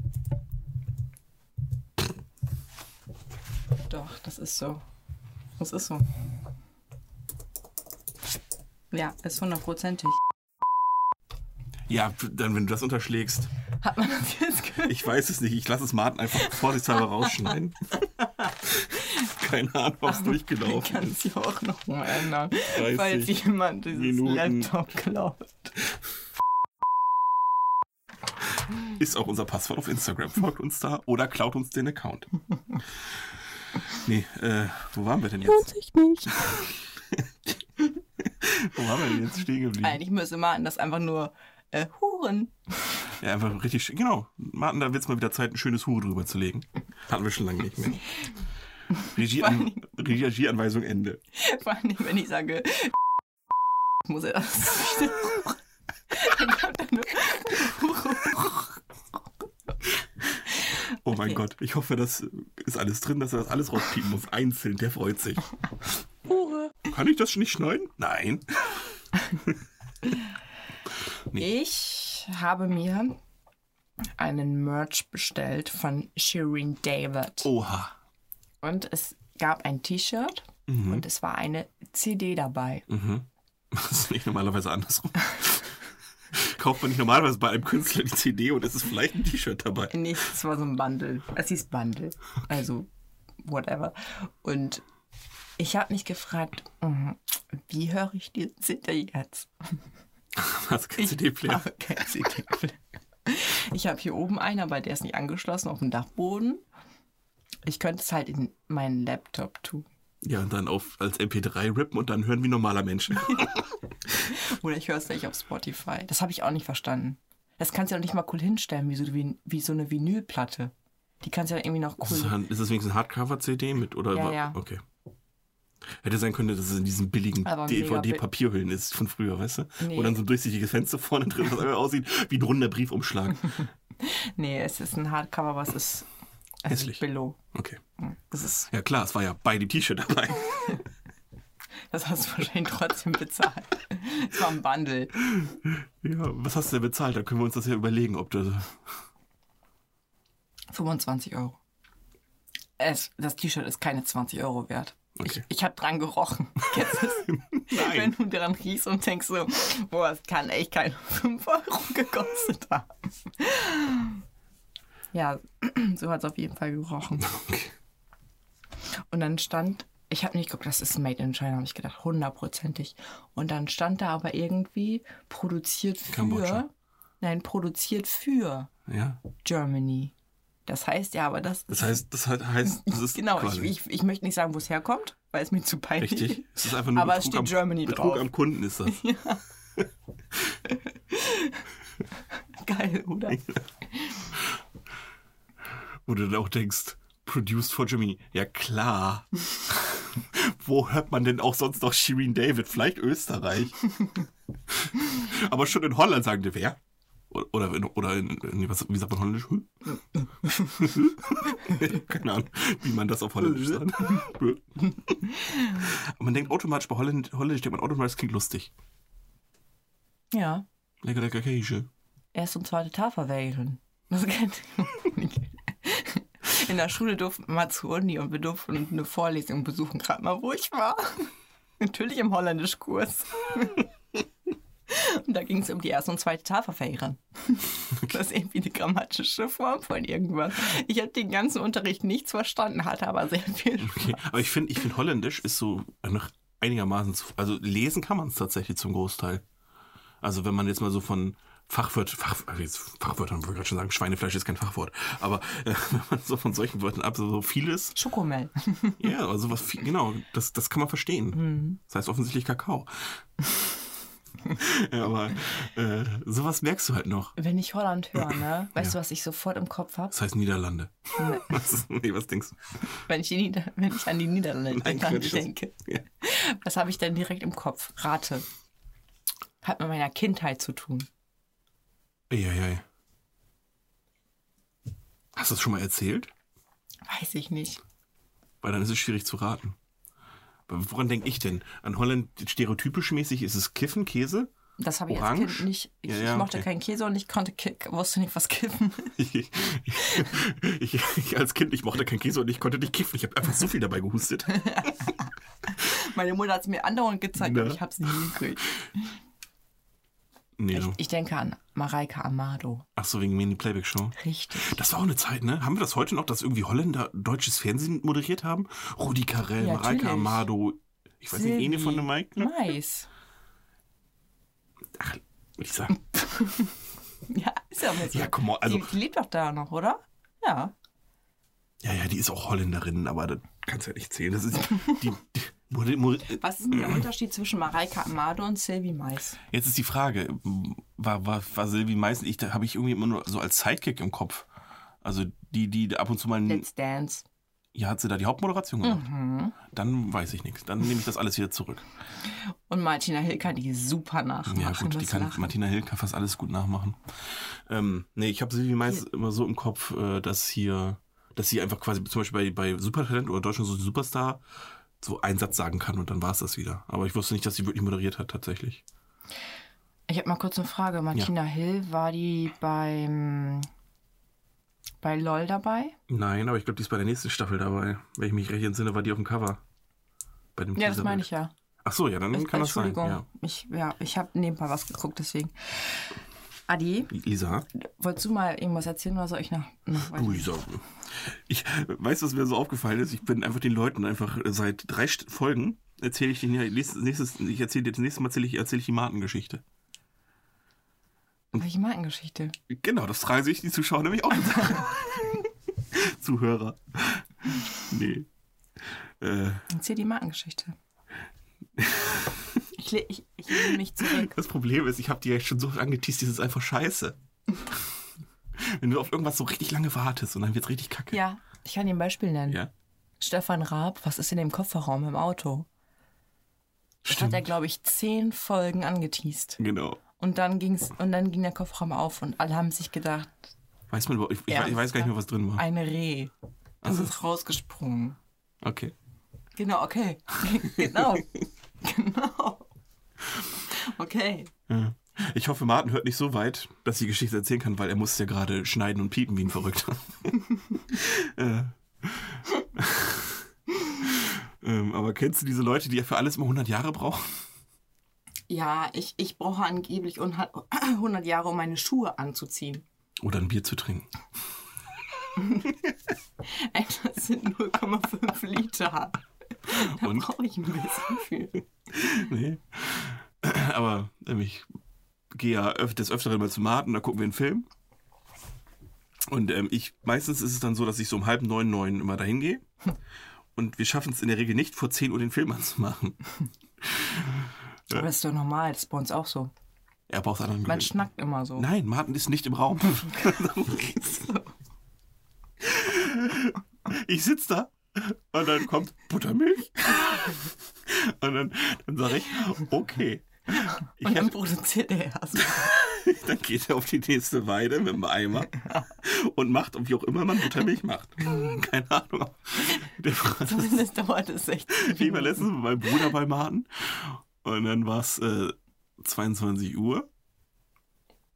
E: Doch, das ist so. Das ist so. Ja, ist hundertprozentig.
B: Ja, dann, wenn du das unterschlägst.
E: Hat man das jetzt gehört?
B: Ich weiß es nicht. Ich lasse es Martin einfach vorsichtshalber rausschneiden. [laughs] Keine Ahnung, ob es
E: Ich
B: durchgelaufen
E: kann
B: ist.
E: es ja auch nochmal ändern,
B: 30
E: falls jemand dieses
B: Minuten.
E: Laptop klaut.
B: Ist auch unser Passwort auf Instagram. Folgt uns da oder klaut uns den Account. Nee, äh, wo waren wir denn jetzt?
E: Ich nicht.
B: Wo waren wir denn jetzt stehen geblieben?
E: Eigentlich müsste Martin das einfach nur äh, Huren. [laughs]
B: Ja, einfach richtig, schön- genau. Martin, da wird's mal wieder Zeit, ein schönes Hure drüber zu legen. Hatten wir schon lange nicht mehr. Regiean Regieanweisung Ende.
E: Vor allem, wenn ich sage, [laughs] muss er das. Dann kommt er nur
B: Oh mein
E: Okay.
B: Gott, ich hoffe, das ist alles drin, dass er das alles rauspiepen muss. Einzeln, der freut sich. Kann ich das nicht schneiden? Nein.
A: Ich habe mir einen Merch bestellt von Shireen David.
B: Oha.
A: Und es gab ein T-Shirt
B: Mhm.
A: und es war eine CD dabei.
B: Mhm. Das ist nicht normalerweise andersrum. [laughs] Kauft man nicht normalerweise bei einem Künstler die CD und es ist vielleicht ein T-Shirt dabei.
A: Nicht, es war so ein Bundle. Es hieß Bundle.
E: Also, whatever.
A: Und ich habe mich gefragt, mhm, wie höre ich die CD jetzt?
B: Hast kein CD-Player.
A: Kein CD.
E: Ich habe hier oben einen, aber der ist nicht angeschlossen auf dem Dachboden.
A: Ich könnte es halt in meinen Laptop tun.
B: Ja, und dann auf, als MP3 rippen und dann hören wie normaler Mensch.
E: Oder ich höre es nicht auf Spotify.
A: Das habe ich auch nicht verstanden. Das kannst du ja nicht mal cool hinstellen, wie so, wie, wie so eine Vinylplatte. Die kannst du ja irgendwie noch
B: Ist
A: cool.
B: das- Ist das wenigstens eine Hardcover-CD mit? Oder
A: Ja,
B: wa-
A: ja.
B: Okay. Hätte sein können, dass es in diesen billigen
A: Aber mega
B: DVD-Papierhüllen ist von früher, weißt du?
A: Nee.
B: Oder so ein durchsichtiges Fenster vorne drin, was einfach aussieht wie ein runder
A: [laughs]
B: Briefumschlag.
A: Nee, es ist ein Hardcover, aber es ist also es
B: Hässlich.
A: Ist Billo.
B: Okay.
A: Das, ist,
B: Ja klar, es war ja bei dem T-Shirt
A: [laughs]
B: dabei.
A: das hast du wahrscheinlich trotzdem bezahlt. Es war ein Bundle.
B: ja, was hast du denn bezahlt? Da können wir uns das ja überlegen, ob du
A: 25 Euro. Es, das T-Shirt ist keine 20 Euro wert.
B: Okay.
A: Ich habe dran gerochen. Kennst du
B: [laughs]
A: das? Wenn
B: Nein.
A: du dran riechst und denkst so, boah, es kann echt keine 5 Euro gekostet haben. Ja, so hat es auf jeden Fall gerochen.
B: Okay.
A: Und dann stand, ich habe nicht geguckt, das ist Made in China, habe ich gedacht, hundertprozentig. Und dann stand da aber irgendwie produziert für.
B: Kambodscha.
A: Nein, produziert für
B: Ja.
A: Germany. Das heißt ja aber, das.
B: Das heißt, das hat- heißt, das ist
A: Genau, ich,
B: quasi
A: ich, ich möchte nicht sagen, wo es herkommt, weil es mir zu peinlich ist.
B: richtig. Es ist einfach nur
A: Aber es
B: Betrug
A: steht
B: am,
A: Germany
B: Betrug
A: drauf.
B: am Kunden ist das.
A: [laughs] Geil, oder?
B: Wo du dann auch denkst, produced for Germany. Ja klar. Wo hört man denn auch sonst noch Shirin David? Vielleicht Österreich. Aber schon in Holland sagen die wer? O- Oder in, oder in, nee, was, wie sagt man Holländisch? Hm? Keine Ahnung, wie man das auf Holländisch sagt. Aber man denkt automatisch bei Holländ, Holländisch, denkt man automatisch, das klingt lustig.
A: Ja.
B: Lecker, lecker Käse.
A: Erst und zweite Tafel wählen. Das kennt [laughs] In der Schule durften wir mal zur Uni und wir durften eine Vorlesung besuchen, gerade mal, wo ich war. [laughs] Natürlich im Holländischkurs. Und da ging es um die erste und zweite Tafelfähre. Das ist irgendwie eine grammatische Form von irgendwas. Ich habe den ganzen Unterricht nichts verstanden, hatte aber sehr viel Spaß.
B: Okay. Aber ich finde, ich find, Holländisch ist so noch einigermaßen zu. Also lesen kann man es tatsächlich zum Großteil. Also wenn man jetzt mal so von Fachwört, Fach, also jetzt Fachwörtern wollte ich gerade schon sagen, Schweinefleisch ist kein Fachwort, aber äh, [laughs] wenn man so von solchen Wörtern ab so vieles,
A: Schokomel.
B: ja, also was viel, genau, das, das kann man verstehen. Das heißt offensichtlich Kakao. Ja, aber äh, sowas merkst du halt noch.
A: [laughs] Wenn ich Holland höre, ne? Weißt du, was ich sofort im Kopf habe?
B: Das heißt Niederlande.
A: Nee.
B: [laughs] Was, nee, was denkst du?
A: Wenn, ich die Nieder- wenn ich an die Niederlande
B: Nein, Quatsch, das-
A: denke.
B: ja.
A: Was habe ich denn direkt im Kopf? Rate. Hat mit meiner Kindheit zu tun.
B: Eieiei. Hast du das schon mal erzählt?
A: Weiß ich nicht.
B: Weil dann ist es schwierig zu raten. Aber woran denke ich denn? An Holland stereotypisch mäßig ist es Kiffen, Käse? [laughs]
A: Das habe ich als
B: Orange?
A: Kind nicht. Ich,
B: Ja, ja,
A: ich mochte
B: okay.
A: keinen Käse und ich konnte ki- wusste nicht, was kiffen.
B: Ich, ich, ich, ich als Kind, ich mochte keinen Käse und ich konnte nicht kiffen. Ich habe einfach so viel dabei gehustet.
A: [laughs] Meine Mutter hat es mir andauernd gezeigt, aber
B: Na.
A: ich habe es nie gekriegt.
B: Nee,
A: Ich,
B: du.
A: ich denke an Mareike Amado.
B: Ach so, wegen Mini Playback Show.
A: Richtig.
B: Das war auch eine Zeit, ne? Haben wir das heute noch, dass irgendwie Holländer deutsches Fernsehen moderiert haben? Rudi Carell,
A: Ja,
B: Mareike
A: natürlich.
B: Amado, ich weiß nicht, Ene von der Mike? Ne? [laughs]
A: Nice.
B: Ach, Lisa.
A: Ja, ist ja mal so.
B: Ja, komm mal, also-
A: die, die lebt doch da noch, oder? Ja.
B: Ja, ja, die ist auch Holländerin, aber das kannst du ja nicht zählen. Das ist die, die, moder- moder-
A: Was ist denn der Unterschied zwischen Mareike Amado und Sylvie Mais?
B: Jetzt ist die Frage, war, war, war Silvi Meißen, ich, da habe ich irgendwie immer nur so als Sidekick im Kopf. Also die, die ab und zu mal,
A: Let's Dance.
B: ja, hat sie da die Hauptmoderation gemacht? Dann weiß ich nichts. Dann nehme ich das alles wieder zurück.
A: Und Martina Hill kann die super nachmachen.
B: Ja gut, die
A: das
B: kann,
A: Lachen.
B: Martina Hill kann fast alles gut nachmachen. Ähm, nee, ich habe Silvi Meiß immer so im Kopf, äh, dass hier, dass sie einfach quasi zum Beispiel bei, bei Supertalent oder Deutschland so Superstar so einen Satz sagen kann und dann war es das wieder. Aber ich wusste nicht, dass sie wirklich moderiert hat tatsächlich.
A: Ich habe mal kurz eine Frage. Martina Hill, war die beim bei LOL dabei?
B: Nein, aber ich glaube, die ist bei der nächsten Staffel dabei. Wenn ich mich recht entsinne, war die auf dem Cover. Bei dem
A: Ja, das
B: Teaserbild.
A: meine ich ja.
B: Ach so, ja, dann
A: Ich,
B: Hm, kann das sein.
A: Entschuldigung.
B: Ja.
A: Ich, ja, ich habe nebenbei was geguckt, deswegen. Adi,
B: Lisa?
A: wolltest du mal irgendwas erzählen oder soll ich noch? noch weiter?
B: Du, Lisa. Ich weiß, was mir so aufgefallen ist. Ich bin einfach den Leuten einfach äh, seit drei St- Folgen erzähle ich den nächstes, nächstes ich erzähle dir das nächste Mal erzähle ich, erzähle ich die Martengeschichte.
A: Welche Markengeschichte?
B: Genau, das fragen sich die Zuschauer nämlich auch.
A: [laughs]
B: Zuhörer. Nee. Äh,
A: Erzähl
B: [laughs]
A: die Markengeschichte. ich, le- ich, ich lehne mich zurück.
B: Das Problem ist, ich habe die ja schon so oft angeteased, die ist einfach scheiße. [laughs] Wenn du auf irgendwas so richtig lange wartest und dann wird's richtig kacke.
A: Ja, ich kann dir ein Beispiel nennen.
B: Ja.
A: Stefan Raab, was ist in dem Kofferraum im Auto? Das hat er, glaube ich, zehn Folgen angeteased.
B: Genau.
A: Und dann, ging's, und dann ging der Kofferraum auf und alle haben sich gedacht,
B: Weiß man überhaupt, ich, ich
A: Ja.
B: weiß- ich weiß gar nicht mehr, was drin war.
A: ein Reh. Das
B: Also
A: ist rausgesprungen.
B: Okay.
A: Genau, okay. [laughs] genau. genau. Okay.
B: Ja. Ich hoffe, Martin hört nicht so weit, dass sie die Geschichte erzählen kann, weil er muss ja gerade schneiden und piepen wie ein Verrückter. [laughs] äh. [laughs] ähm, aber kennst du diese Leute, die ja für alles immer 100 Jahre brauchen?
A: Ja, ich, ich brauche angeblich [clears throat] unha- 100 Jahre, um meine Schuhe anzuziehen.
B: Oder ein Bier zu trinken.
A: Ey, Das sind 0,5 Liter. Da
B: Und?
A: brauche ich ein bisschen für.
B: Nee. [clears throat] Aber ähm, ich gehe ja öf des Öfteren mal zu Martin, da gucken wir einen Film. Und ähm, ich, meistens ist es dann so, dass ich so um halb neun, neun immer dahin gehe. Und wir schaffen es in der Regel nicht, vor 10 Uhr den Film anzumachen.
A: Aber das ist doch normal, das ist bei uns auch so.
B: Er braucht anderen
A: Man
B: Grund.
A: schnackt immer [laughs] so.
B: Nein, Martin ist nicht im Raum. ich sitze da und dann kommt Buttermilch. Und dann, dann sage ich, okay. Ich
A: Und
B: hätte-
A: dann produziert er erst.
B: [laughs] Dann geht er auf die nächste Weide mit dem Eimer und macht, wie auch immer man Buttermilch macht. Keine Ahnung. Der das
A: Zumindest dauert es echt.
B: ich war letztens mit meinem Bruder bei Martin und dann war es äh, 22 Uhr.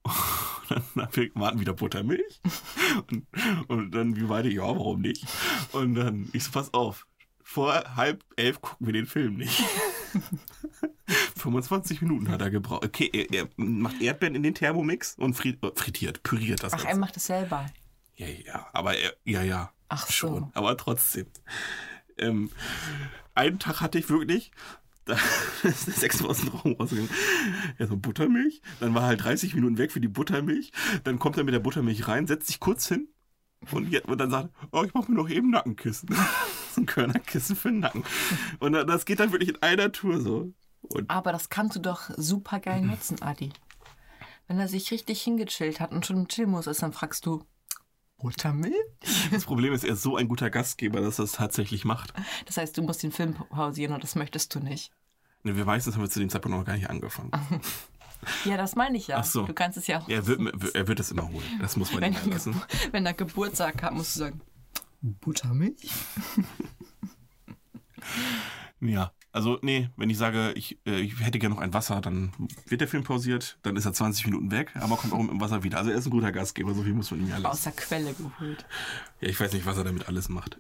B: Und dann haben wir Martin wieder Buttermilch. Und, und dann wir beide, ja, warum nicht? Und dann, ich so, pass auf, vor halb elf gucken wir den Film nicht. [laughs] 25 Minuten hat er gebraucht. Okay, er, er macht Erdbeeren in den Thermomix und frit frittiert, püriert das
A: Ach, er
B: Ganze.
A: macht es selber.
B: Ja, ja, aber er, ja, ja.
A: Ach so.
B: schon. Aber trotzdem. Ähm, einen Tag hatte ich wirklich, [laughs] da ist 6000 Euro rausgegangen. Ja, so Buttermilch. Dann war er halt 30 Minuten weg für die Buttermilch. Dann kommt er mit der Buttermilch rein, setzt sich kurz hin und, je- und dann sagt, oh, ich mache mir noch eben [laughs] Nackenkissen. so ein Körnerkissen für den Nacken. Und dann, das geht dann wirklich in einer Tour so. Und
A: Aber das kannst du doch super geil nutzen, Adi. Wenn er sich richtig hingechillt hat und schon im Chillmodus ist, dann fragst du, Muttermilch?
B: das Problem ist, er ist so ein guter Gastgeber, dass er es tatsächlich macht.
A: Das heißt, du musst den Film pausieren und das möchtest du nicht.
B: Ne, Wir meistens haben wir zu dem Zeitpunkt noch gar nicht angefangen.
A: Ja, das meine ich ja.
B: Ach so.
A: Du kannst es ja auch.
B: Er wird, mir- er wird das immer holen. Das muss man
A: wenn,
B: ihm
A: er
B: lassen.
A: Gebu- wenn er Geburtstag hat, musst du sagen, Buttermilch?
B: Ja. Also, nee, wenn ich sage, ich, äh, ich hätte gerne noch ein Wasser, dann wird der Film pausiert, dann ist er 20 Minuten weg, aber kommt auch mit dem Wasser wieder. Also, er ist ein guter Gastgeber, so viel muss man ihm ja lassen.
A: Aus der Quelle geholt.
B: Ja, ich weiß nicht, was er damit alles
A: [coughs]
B: macht.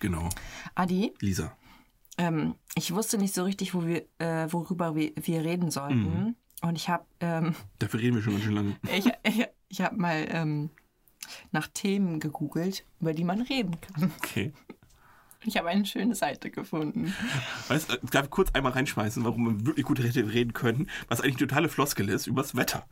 B: genau.
A: Adi,
B: Lisa.
A: ähm, ich wusste nicht so richtig, wo wir, äh, worüber wir, wir reden sollten.
B: Mhm.
A: Und ich habe ähm, [laughs]
B: Dafür reden wir schon ganz schön lange.
A: ich, ich, ich hab mal ähm, nach Themen gegoogelt, über die man reden kann. [laughs]
B: Okay.
A: Ich habe eine schöne Seite gefunden.
B: Weißt du, äh, darf ich kurz einmal reinschmeißen, warum wir wirklich gut hätte reden können, was eigentlich eine totale Floskel ist, übers Wetter.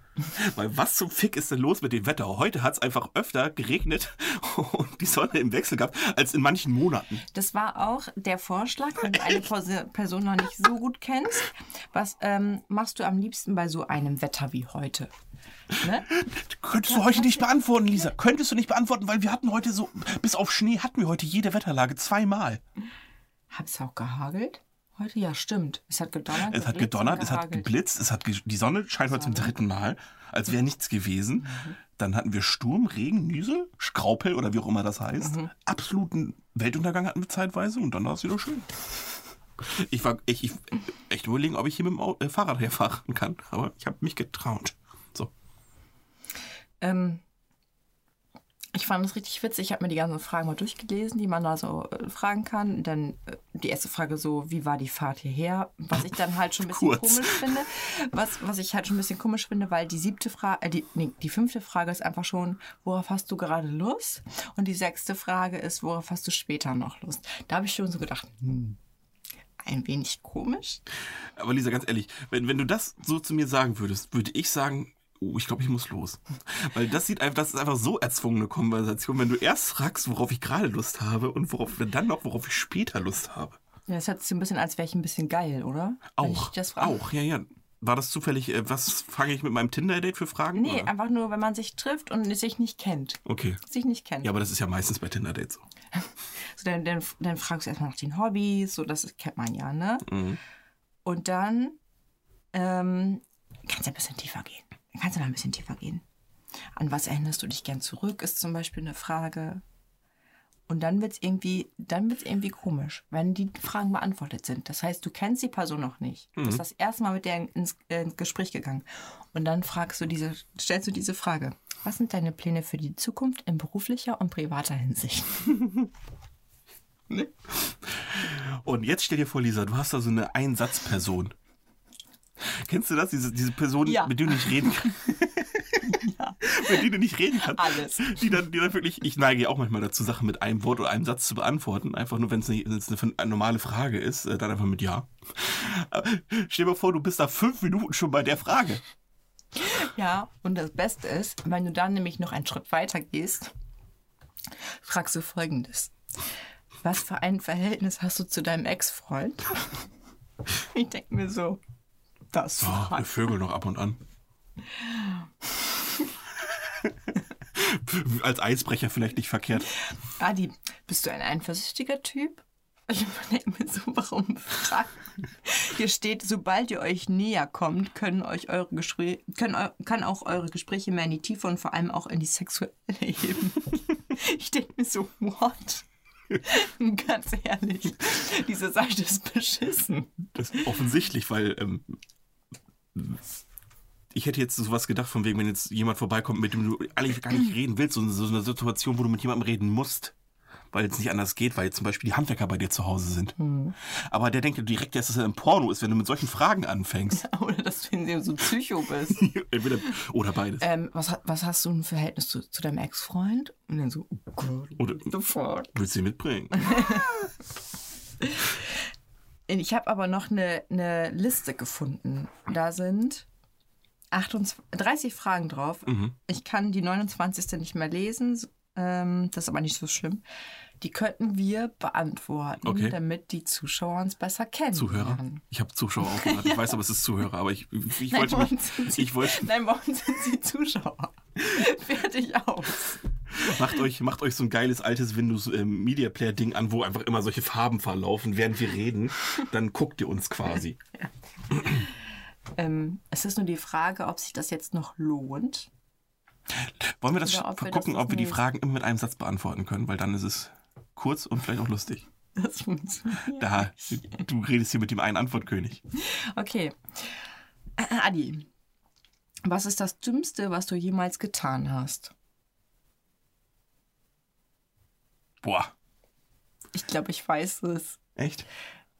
B: Weil was zum Fick ist denn los mit dem Wetter? Heute hat es einfach öfter geregnet [laughs] und die Sonne im Wechsel gab, als in manchen Monaten.
A: Das war auch der Vorschlag, wenn du eine Pos- Person noch nicht so gut kennst. Was ähm, machst du am liebsten bei so einem Wetter wie heute? Ne?
B: Könntest du heute nicht beantworten, Lisa. Könntest du nicht beantworten, weil wir hatten heute so, bis auf Schnee hatten wir heute jede Wetterlage zweimal.
A: Hat es auch gehagelt? Heute? Ja, stimmt. Es hat gedonnert.
B: Es hat
A: geblitzt und
B: gedonnert, es hat
A: gehagelt.
B: geblitzt, es hat ge die Sonne scheint heute zum dritten Mal, als wäre nichts gewesen.
A: Mhm.
B: Dann hatten wir Sturm, Regen, Niesel, Schraupel oder wie auch immer das heißt.
A: Mhm.
B: Absoluten Weltuntergang hatten wir zeitweise und dann war es wieder schön. Ich war ich, ich, echt überlegen, ob ich hier mit dem Au- äh, Fahrrad herfahren kann, aber ich habe mich getraut. So,
A: Ähm, ich fand es richtig witzig. Ich habe mir die ganzen Fragen mal durchgelesen, die man da so äh, fragen kann. Dann äh, die erste Frage so, wie war die Fahrt hierher? Was ich dann halt schon ein bisschen
B: Kurz.
A: komisch finde. Was, was ich halt schon ein bisschen komisch finde, weil die siebte Frage, äh, die, nee, die fünfte Frage ist einfach schon, worauf hast du gerade Lust? Und die sechste Frage ist, worauf hast du später noch Lust? Da habe ich schon so gedacht, hm, ein wenig komisch.
B: aber Lisa, ganz ehrlich, wenn, wenn du das so zu mir sagen würdest, würde ich sagen, oh, ich glaube, ich muss los. [laughs] Weil das sieht einfach, das ist einfach so erzwungene Konversation, wenn du erst fragst, worauf ich gerade Lust habe und worauf dann noch, worauf ich später Lust habe.
A: Ja, das hört sich so ein bisschen, als wäre ich ein bisschen geil, oder? Wenn
B: Auch.
A: Ich das frage.
B: auch, ja, ja. War das zufällig, äh, was fange ich mit meinem Tinder-Date für Fragen?
A: Nee,
B: oder?
A: einfach nur, wenn man sich trifft und sich nicht kennt.
B: Okay.
A: Sich nicht kennt.
B: Ja, aber das ist ja meistens bei Tinder-Dates so.
A: So, dann, dann, dann fragst du erstmal nach den Hobbys, so das kennt man ja, ne?
B: Mhm.
A: Und dann ähm, kannst du ein bisschen tiefer gehen. Dann kannst du da ein bisschen tiefer gehen. An was erinnerst du dich gern zurück, ist zum Beispiel eine Frage. Und dann wird es irgendwie, dann wird's irgendwie komisch, wenn die Fragen beantwortet sind. Das heißt, du kennst die Person noch nicht. Du bist das erste Mal mit der ins, äh, ins Gespräch gegangen. Und dann fragst du diese, stellst du diese Frage. Was sind deine Pläne für die Zukunft in beruflicher und privater Hinsicht?
B: Und jetzt stell dir vor, Lisa, du hast da so eine Einsatzperson. Kennst du das? Diese, diese Person,
A: Ja.
B: mit der du nicht reden
A: [laughs]
B: kannst. Mit der du nicht reden kannst.
A: Alles.
B: Die dann, die dann wirklich, ich neige ja auch manchmal dazu, Sachen mit einem Wort oder einem Satz zu beantworten. Einfach nur, wenn es eine, wenn's eine, eine normale Frage ist, äh, dann einfach mit Ja. Aber Stell dir mal vor, du bist da fünf Minuten schon bei der Frage.
A: Ja, und das Beste ist, wenn du dann nämlich noch einen Schritt weiter gehst, fragst du folgendes. Was für ein Verhältnis hast du zu deinem Ex-Freund? [laughs] Ich denke mir so, das
B: Oh, wir
A: war
B: vögeln noch ab und
A: [laughs]
B: an. Als Eisbrecher vielleicht nicht verkehrt.
A: Adi, bist du ein eifersüchtiger Typ? [laughs] Ich denke mir so, warum fragen? Hier steht, sobald ihr euch näher kommt, können euch eure Gespräche, können, eu- kann auch eure Gespräche mehr in die Tiefe und vor allem auch in die sexuelle heben. Ich denke mir so, what? Ganz ehrlich, diese Seite ist beschissen.
B: Das ist offensichtlich, weil ähm, ich hätte jetzt sowas gedacht, von wegen, wenn jetzt jemand vorbeikommt, mit dem du eigentlich gar
A: Mhm.
B: nicht reden willst, so, so eine Situation, wo du mit jemandem reden musst, weil es nicht anders geht, weil jetzt zum Beispiel die Handwerker bei dir zu Hause sind.
A: Mhm.
B: Aber der denkt ja direkt, dass es ein Porno ist, wenn du mit solchen Fragen
A: [laughs]
B: anfängst.
A: Oder dass du in dem so Psycho bist.
B: Entweder, oder beides.
A: Ähm, was, ha- was hast du ein Verhältnis zu, zu deinem Ex-Freund? Und dann so, oh Gott,
B: Oder-
A: what the fuck?
B: Willst du ihn
A: [laughs]
B: mitbringen?
A: Ich habe aber noch eine, eine Liste gefunden. Da sind 28, 30 Fragen
B: Mhm.
A: drauf. Ich kann die 29. nicht mehr lesen. s- Ähm, das ist aber nicht so schlimm. Die könnten wir beantworten,
B: Okay.
A: damit die Zuschauer uns besser kennen.
B: Zuhörer? Ich habe Zuschauer auch genannt. Ich weiß aber, es ist Zuhörer, aber ich, ich
A: Nein,
B: wollte
A: bei
B: mich.
A: uns sind sie,
B: Ich wollte,
A: nein, bei uns sind sie Zuschauer. [laughs] Fertig aus.
B: macht, euch, macht euch so ein geiles altes Windows ähm, Media Player Ding an, wo einfach immer solche Farben verlaufen, während wir reden. Dann guckt ihr uns quasi.
A: Ähm, es ist nur die Frage, ob sich das jetzt noch lohnt.
B: Wollen wir das
A: Oder ob wir
B: gucken,
A: das
B: ob wir die
A: nächste-
B: Fragen immer mit einem Satz beantworten können, weil dann ist es kurz und vielleicht auch lustig.
A: Das funktioniert.
B: Da, du redest hier mit dem einen Antwortkönig.
A: Okay. Äh, Adi, was ist das Dümmste, was du jemals getan hast?
B: Boah,
A: Ich glaube, ich weiß es.
B: echt?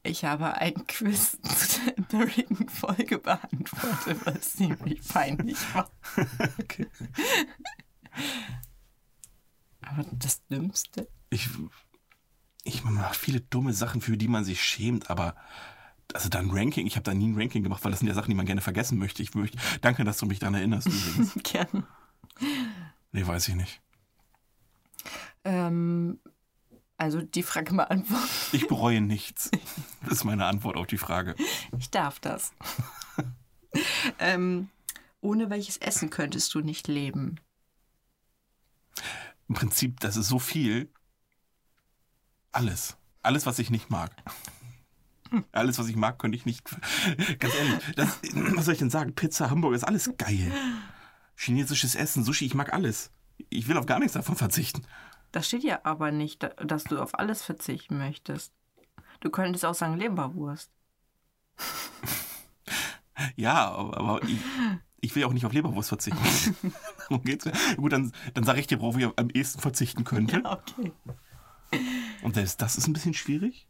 A: Ich habe ein [laughs] Quiz zu der vorherigen Folge beantwortet, was ziemlich peinlich war.
B: Okay.
A: Aber das Dümmste? [laughs]
B: Ich, ich mache viele dumme Sachen, für die man sich schämt, aber also dann Ranking, ich habe da nie ein Ranking gemacht, weil das sind ja Sachen, die man gerne vergessen möchte. Ich möchte, danke, dass du mich daran erinnerst [laughs] übrigens.
A: Gerne.
B: Nee, weiß ich nicht.
A: Ähm, also die Frage beantworten.
B: Ich bereue nichts. [laughs] Das ist meine Antwort auf die Frage.
A: Ich darf das. ähm, ohne welches Essen könntest du nicht leben?
B: Im Prinzip, das ist so viel. Alles. Alles, was ich nicht mag. Alles, was ich mag, könnte ich nicht. [laughs] Ganz ehrlich, das, [clears throat] was soll ich denn sagen? Pizza, Hamburger ist alles geil. Chinesisches Essen, Sushi, ich mag alles. Ich will auf gar nichts davon verzichten.
A: Das steht ja aber nicht, da- dass du auf alles verzichten möchtest. Du könntest auch sagen Leberwurst.
B: Ja, aber aber ich, ich will auch nicht auf Leberwurst verzichten. [laughs] Darum geht's. mir. Gut, dann, dann sage ich dir, worauf ich am ehesten verzichten könnte.
A: Okay.
B: Und selbst das ist ein bisschen schwierig.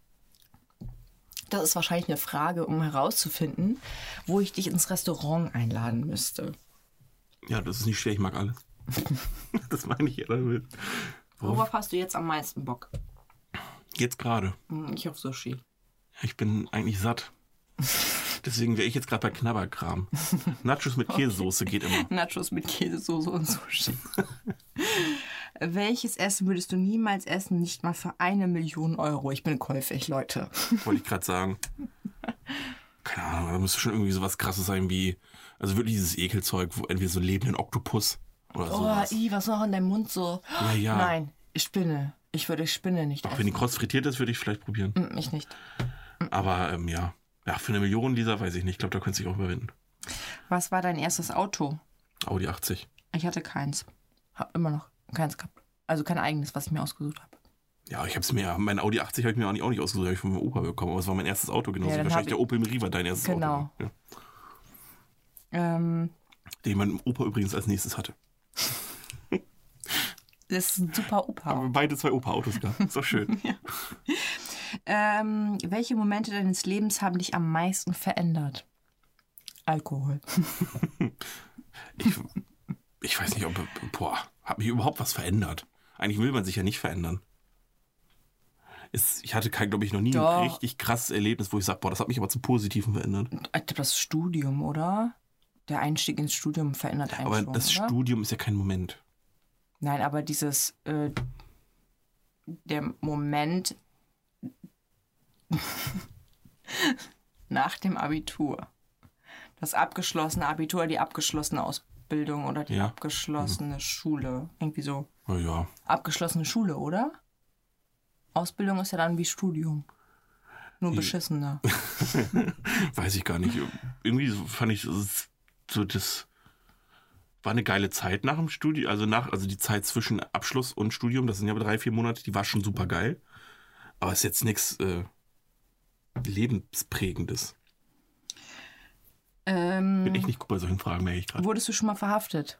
A: Das ist wahrscheinlich eine Frage, um herauszufinden, wo ich dich ins Restaurant einladen müsste.
B: Ja, das ist nicht schwer, ich mag alles. das meine ich ja damit. Worauf?
A: Worauf hast du jetzt am meisten Bock?
B: Jetzt gerade.
A: Hm, Ich auf Sushi.
B: Ich bin eigentlich satt. Deswegen wäre ich jetzt gerade bei Knabberkram. Nachos mit Käsesoße geht immer.
A: Nachos mit Käsesoße und
B: [laughs]
A: Sushi. Welches Essen würdest du niemals essen, nicht mal für eine Million Euro? Ich bin käufig, Leute.
B: Wollte ich gerade sagen. Keine Ahnung, da müsste schon irgendwie sowas krasses sein wie. Also wirklich dieses Ekelzeug, wo entweder so einen lebenden Oktopus oder sowas.
A: i, Oh, was noch in deinem Mund so?
B: Ja, ja.
A: Nein, Spinne. Ich würde Spinne nicht
B: Auch wenn die kross frittiert ist, würde ich vielleicht probieren.
A: Hm, Ich nicht.
B: Aber ähm, ja. Ja, für eine Million, Lisa, weiß ich nicht. Ich glaube, da könntest du dich auch überwinden.
A: Was war dein erstes Auto?
B: Audi 80.
A: Ich hatte keins. Hab immer noch keins gehabt. Also kein eigenes, was ich mir ausgesucht habe.
B: Ja, ich habe es mir, mein Audi 80 habe ich mir auch nicht, auch nicht ausgesucht, habe ich von meinem Opa bekommen. Aber es war mein erstes Auto, genauso.
A: Ja,
B: wie
A: dann
B: Wahrscheinlich
A: hab
B: der Opel Meriva dein erstes
A: Genau.
B: Auto. Genau. Ja.
A: Ähm,
B: Den mein Opa übrigens als nächstes hatte.
A: das ist ein super
B: Haben
A: Opa.
B: wir beide zwei Opa-Autos
A: [laughs]
B: gehabt. So schön.
A: Ähm, welche Momente deines Lebens haben dich am meisten verändert? Alkohol. [laughs]
B: Ich, ich weiß nicht, ob, boah, hat mich überhaupt was verändert? Eigentlich will man sich ja nicht verändern. Es, ich hatte, glaube ich, noch nie
A: Doch.
B: ein richtig krasses Erlebnis, wo ich sage, boah, das hat mich aber zum Positiven verändert.
A: Ich glaub, Das Studium, oder? Der Einstieg ins Studium verändert einen
B: Aber
A: schon,
B: das
A: oder?
B: Studium ist ja kein Moment.
A: Nein, aber dieses äh, der Moment [laughs] nach dem Abitur. Das abgeschlossene Abitur, die abgeschlossene Ausbildung oder die
B: Ja.
A: abgeschlossene Schule. Irgendwie so.
B: Na ja.
A: Abgeschlossene Schule, oder? Ausbildung ist ja dann wie Studium. Nur
B: Ja.
A: beschissener.
B: Weiß ich gar nicht. Irgendwie so fand ich das ist so das war eine geile Zeit nach dem Studium, also nach also die Zeit zwischen Abschluss und Studium, das sind ja drei vier Monate, die war schon super geil. Aber ist jetzt nichts äh, lebensprägendes. Bin
A: Ähm,
B: echt nicht gut bei solchen Fragen merke ich gerade.
A: wurdest du schon mal verhaftet?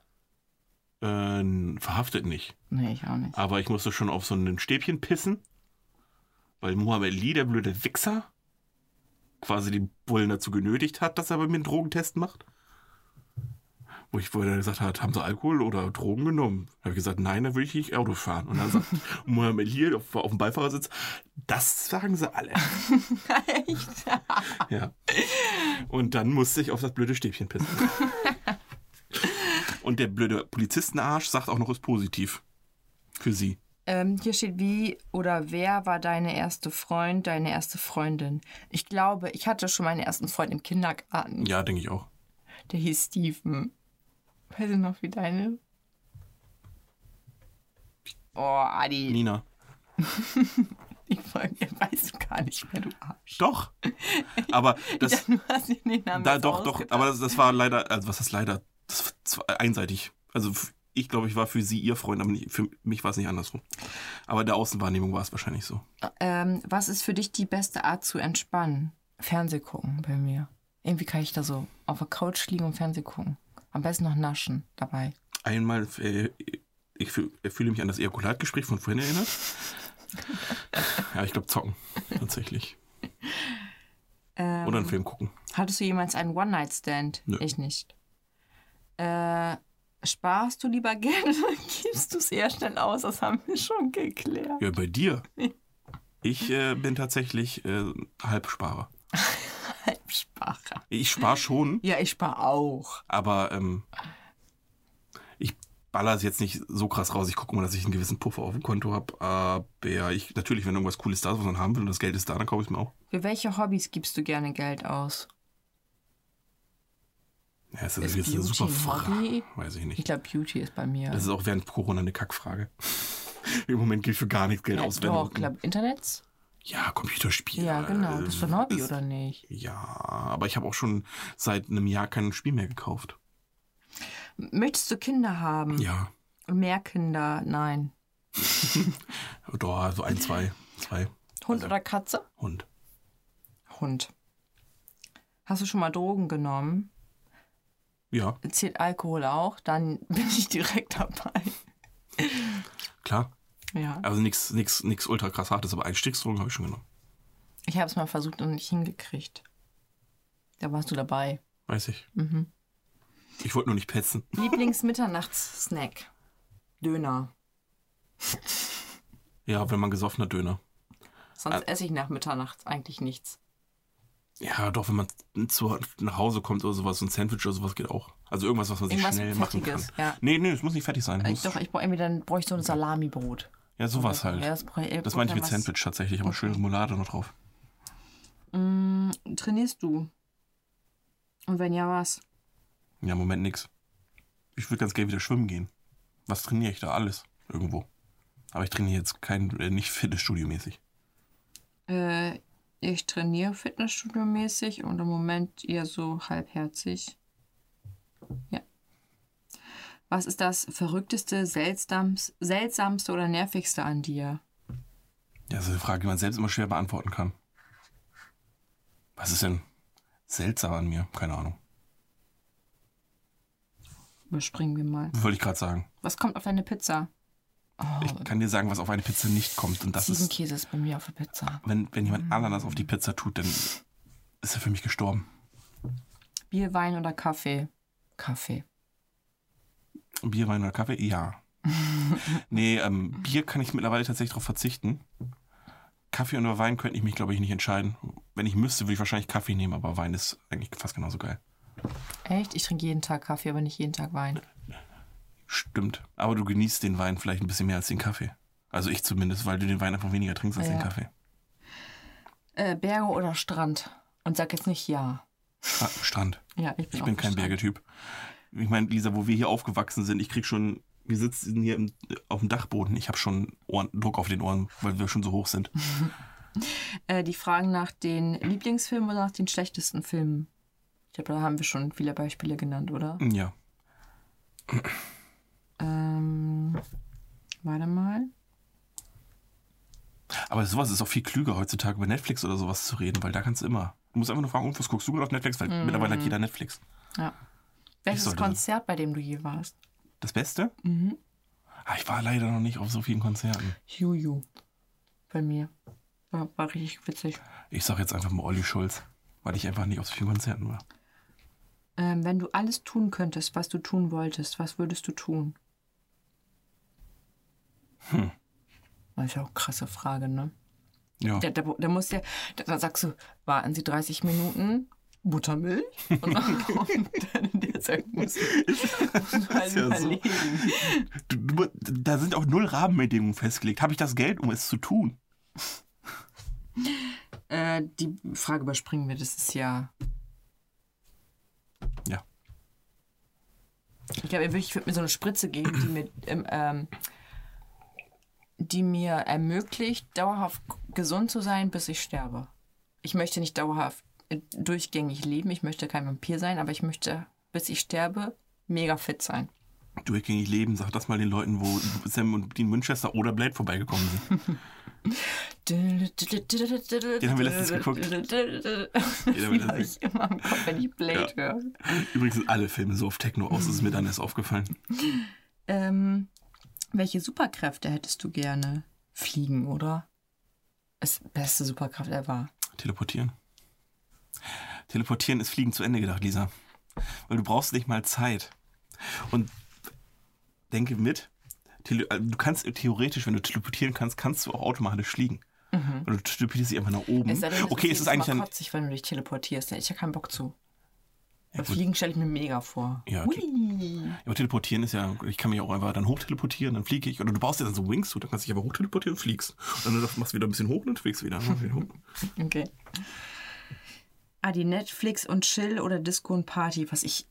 B: Äh, verhaftet nicht,
A: Nee, ich auch nicht.
B: aber ich musste schon auf so ein Stäbchen pissen, weil Mohammed Lee, der blöde Wichser, quasi die Bullen dazu genötigt hat, dass er bei mir einen Drogentest macht. Wo ich vorher gesagt hat, haben sie Alkohol oder Drogen genommen? Da habe ich gesagt, nein, da will ich nicht Auto fahren. Und dann sagt Mohamed hier auf, auf dem Beifahrersitz, das sagen sie alle.
A: Echt?
B: Ja. Und dann musste ich auf das blöde Stäbchen pissen. Und der blöde Polizistenarsch sagt auch noch, ist positiv. Für sie.
A: Ähm, hier steht, wie oder wer war deine erste Freund, deine erste Freundin? Ich glaube, ich hatte schon meinen ersten Freund im Kindergarten.
B: Ja, denke ich auch.
A: Der hieß Steven. Weiß ich noch, wie deine? Oh, Adi.
B: Nina.
A: Die Folge weißt du gar nicht mehr, du Arsch.
B: Doch.
A: [laughs]
B: Aber
A: Ja,
B: das,
A: du hast dir den Namen
B: da
A: jetzt
B: doch, doch.
A: ausgedacht.
B: Aber das, das war leider, also was ist leider? Das war zwar einseitig. Also f- ich glaube, ich war für sie ihr Freund, aber nicht, für mich war es nicht andersrum. Aber in der Außenwahrnehmung war es wahrscheinlich so.
A: Ähm, was ist für dich die beste Art zu entspannen? Fernseh gucken bei mir. Irgendwie kann ich da so auf der Couch liegen und Fernseh gucken. Am besten noch naschen dabei.
B: Einmal, äh, ich fühl, äh, fühle mich an das Ejakulatgespräch von vorhin
A: [laughs]
B: erinnert. ja, ich glaube, zocken. Tatsächlich.
A: Ähm,
B: Oder einen Film gucken.
A: Hattest du jemals einen One-Night-Stand?
B: Nö.
A: Ich nicht. Äh, sparst du lieber [laughs] Geld oder gibst du es eher schnell aus? Das haben wir schon geklärt.
B: Ja, bei
A: [laughs]
B: dir. Ich äh, bin tatsächlich äh, Halbsparer.
A: Halbsparer.
B: Ich spare
A: [laughs]
B: schon,
A: Ja, ich spare auch.
B: aber ähm, ich baller es jetzt nicht so krass raus. Ich gucke mal, dass ich einen gewissen Puffer auf dem Konto habe. Aber ich, natürlich, wenn irgendwas Cooles da ist, was man haben will und das Geld ist da, dann kaufe ich es mir auch.
A: Für welche Hobbys gibst du gerne Geld aus?
B: Ja, das ist,
A: Ist
B: jetzt eine
A: Beauty
B: super
A: ein
B: Frage.
A: Hobby?
B: Weiß ich
A: Ich
B: nicht.
A: glaube, Beauty ist bei mir.
B: Das ist auch während Corona eine Kackfrage. [laughs] Im Moment gilt für gar nichts Geld
A: ja,
B: aus. wenn du-
A: Äh, doch, ich glaube, Internets?
B: ja, Computerspiele.
A: Ja, genau. Das ist doch ein Hobby,
B: ist-
A: oder nicht?
B: Ja, aber ich habe auch schon seit einem Jahr kein Spiel mehr gekauft.
A: Möchtest du Kinder haben?
B: Ja.
A: Und mehr Kinder? Nein.
B: Doch, so ein, zwei, zwei.
A: Hund
B: Also-
A: oder Katze?
B: Hund.
A: Hund. Hast du schon mal Drogen genommen?
B: Ja,
A: Zählt Alkohol auch? Dann [laughs] bin ich direkt dabei.
B: klar.
A: Ja.
B: Also nichts nix, nix ultra krass hartes, aber Einstiegsdrogen habe ich schon genommen.
A: Ich habe es mal versucht und nicht hingekriegt. Da warst du dabei.
B: Weiß ich.
A: Mhm.
B: Ich wollte nur nicht petzen.
A: Lieblingsmitternachtssnack. Döner.
B: Ja, wenn man gesoffener Döner.
A: Sonst
B: Äh.
A: esse ich nach Mitternacht eigentlich nichts.
B: Ja, doch, wenn man zu, nach Hause kommt oder sowas, so ein Sandwich oder sowas geht auch. Also irgendwas, was man sich
A: Irgendwas
B: schnell
A: Fettiges,
B: machen kann.
A: ja.
B: Nee, nee, es muss nicht fettig sein.
A: Ich,
B: Muss,
A: Äh, doch, ich brauche irgendwie dann brauche ich so ein Salamibrot.
B: ja, sowas
A: Ja,
B: halt.
A: das, brauch ich-
B: Das meine ich
A: dann
B: mit
A: was-
B: Sandwich tatsächlich, aber schön Remoulade noch drauf.
A: Mm, trainierst du? Und wenn ja, was?
B: Ja, im Moment nix. Ich würde ganz gerne wieder schwimmen gehen. Was trainiere ich da? Alles. Irgendwo. Aber ich trainiere jetzt kein, äh, nicht Fitnessstudio-mäßig.
A: Äh, ich trainiere Fitnessstudio-mäßig und im Moment eher so halbherzig. Ja. Was ist das verrückteste, seltsams, seltsamste oder nervigste an dir?
B: Ja, das ist eine Frage, die man selbst immer schwer beantworten kann. Was ist denn seltsam an mir? Keine Ahnung.
A: Überspringen wir mal.
B: Wollte ich gerade sagen.
A: Was kommt auf deine Pizza? Oh,
B: Ich kann dir sagen, was auf eine Pizza nicht kommt. Und das ist,
A: Ziegenkäse ist bei mir auf der Pizza.
B: wenn, wenn jemand Ananas auf die Pizza tut, dann ist er für mich gestorben.
A: Bier, Wein oder Kaffee? Kaffee.
B: Bier, Wein oder Kaffee? Ja. nee, ähm, Bier kann ich mittlerweile tatsächlich darauf verzichten. Kaffee oder Wein könnte ich mich, glaube ich, nicht entscheiden. Wenn ich müsste, würde ich wahrscheinlich Kaffee nehmen, aber Wein ist eigentlich fast genauso geil.
A: Echt? Ich trinke jeden Tag Kaffee, aber nicht jeden Tag Wein.
B: Stimmt. Aber du genießt den Wein vielleicht ein bisschen mehr als den Kaffee. Also ich zumindest, weil du den Wein einfach weniger trinkst als
A: Ja.
B: den Kaffee.
A: Äh, Berge oder Strand? Und sag jetzt nicht ja.
B: Stra Ah, Strand.
A: Ja, ich bin,
B: Ich
A: auch
B: bin
A: für
B: kein
A: Strand.
B: Bergetyp. Ich meine, Lisa, wo wir hier aufgewachsen sind, ich krieg schon, wir sitzen hier im, auf dem Dachboden, ich habe schon Ohren, Druck auf den Ohren, weil wir schon so hoch sind.
A: Äh, die fragen nach den Lieblingsfilmen oder nach den schlechtesten Filmen. Ich glaube, da haben wir schon viele Beispiele genannt, oder?
B: Ja.
A: Ähm, warte mal.
B: Aber sowas ist auch viel klüger heutzutage über Netflix oder sowas zu reden, weil da kannst du immer. Du musst einfach nur fragen, und was guckst du gerade auf Netflix? Weil
A: Hm.
B: mittlerweile hat jeder Netflix.
A: Ja. Welches
B: sollte-
A: Konzert, bei dem du je warst?
B: Das Beste?
A: Mhm.
B: Ah, ich war leider noch nicht auf so vielen Konzerten.
A: Juju. Bei mir. War, war richtig witzig.
B: Ich sag jetzt einfach mal Olli Schulz, weil ich einfach nicht auf so vielen Konzerten war.
A: Ähm, wenn du alles tun könntest, was du tun wolltest, was würdest du tun? Hm. Das ist ja auch eine krasse Frage, ne?
B: Ja.
A: Da, da, da muss ja, da, da sagst du, warten Sie 30 Minuten, Buttermilch?
B: [laughs]
A: Und dann kommt dann in der Zeit muss muss man halt
B: Ist ja so.
A: überlegen.
B: Du, du, da sind auch null Rahmenbedingungen festgelegt. Habe ich das Geld, um es zu tun?
A: Äh, die Frage überspringen wir, das ist ja.
B: Ja.
A: Ich glaube, ich würde mir so eine Spritze geben, die mir, ähm, ähm, die mir ermöglicht, dauerhaft gesund zu sein, bis ich sterbe. Ich möchte nicht dauerhaft äh, durchgängig leben, ich möchte kein Vampir sein, aber ich möchte, bis ich sterbe, mega fit sein.
B: Durchgängig leben, sag das mal den Leuten, wo Sam und Dean Winchester oder Blade vorbeigekommen sind.
A: Den
B: haben
A: haben
B: wir letztens
A: [laughs]
B: geguckt.
A: Den habe ich immer im Kopf, wenn ich Blade höre.
B: Übrigens sind alle Filme so auf Techno aus, das ist mir dann erst aufgefallen.
A: Ähm, welche Superkräfte hättest du gerne? Fliegen, oder? Das beste Superkraft ever.
B: Teleportieren. Teleportieren ist Fliegen zu Ende gedacht, Lisa. Weil du brauchst nicht mal Zeit. Und denke mit, tele äh, du kannst theoretisch, wenn du teleportieren kannst, kannst du auch automatisch fliegen.
A: Mhm.
B: Weil du teleportierst dich einfach nach oben.
A: Es sei denn,
B: Mhm. okay, es ist
A: jedes
B: eigentlich
A: Mal
B: ein.
A: kotzig, wenn du dich teleportierst. Ich habe keinen Bock zu. Aber
B: gut.
A: Fliegen stelle ich mir mega vor.
B: Ja, okay.
A: Hui.
B: Aber teleportieren ist ja, ich kann mich auch einfach dann hochteleportieren, dann fliege ich. Oder du baust dir dann so Wings, dann kannst du dich aber hochteleportieren und fliegst. Und dann machst du wieder ein bisschen hoch und dann fliegst
A: [laughs]
B: du wieder.
A: Okay. Ah, die Netflix und Chill oder Disco und Party, was ich.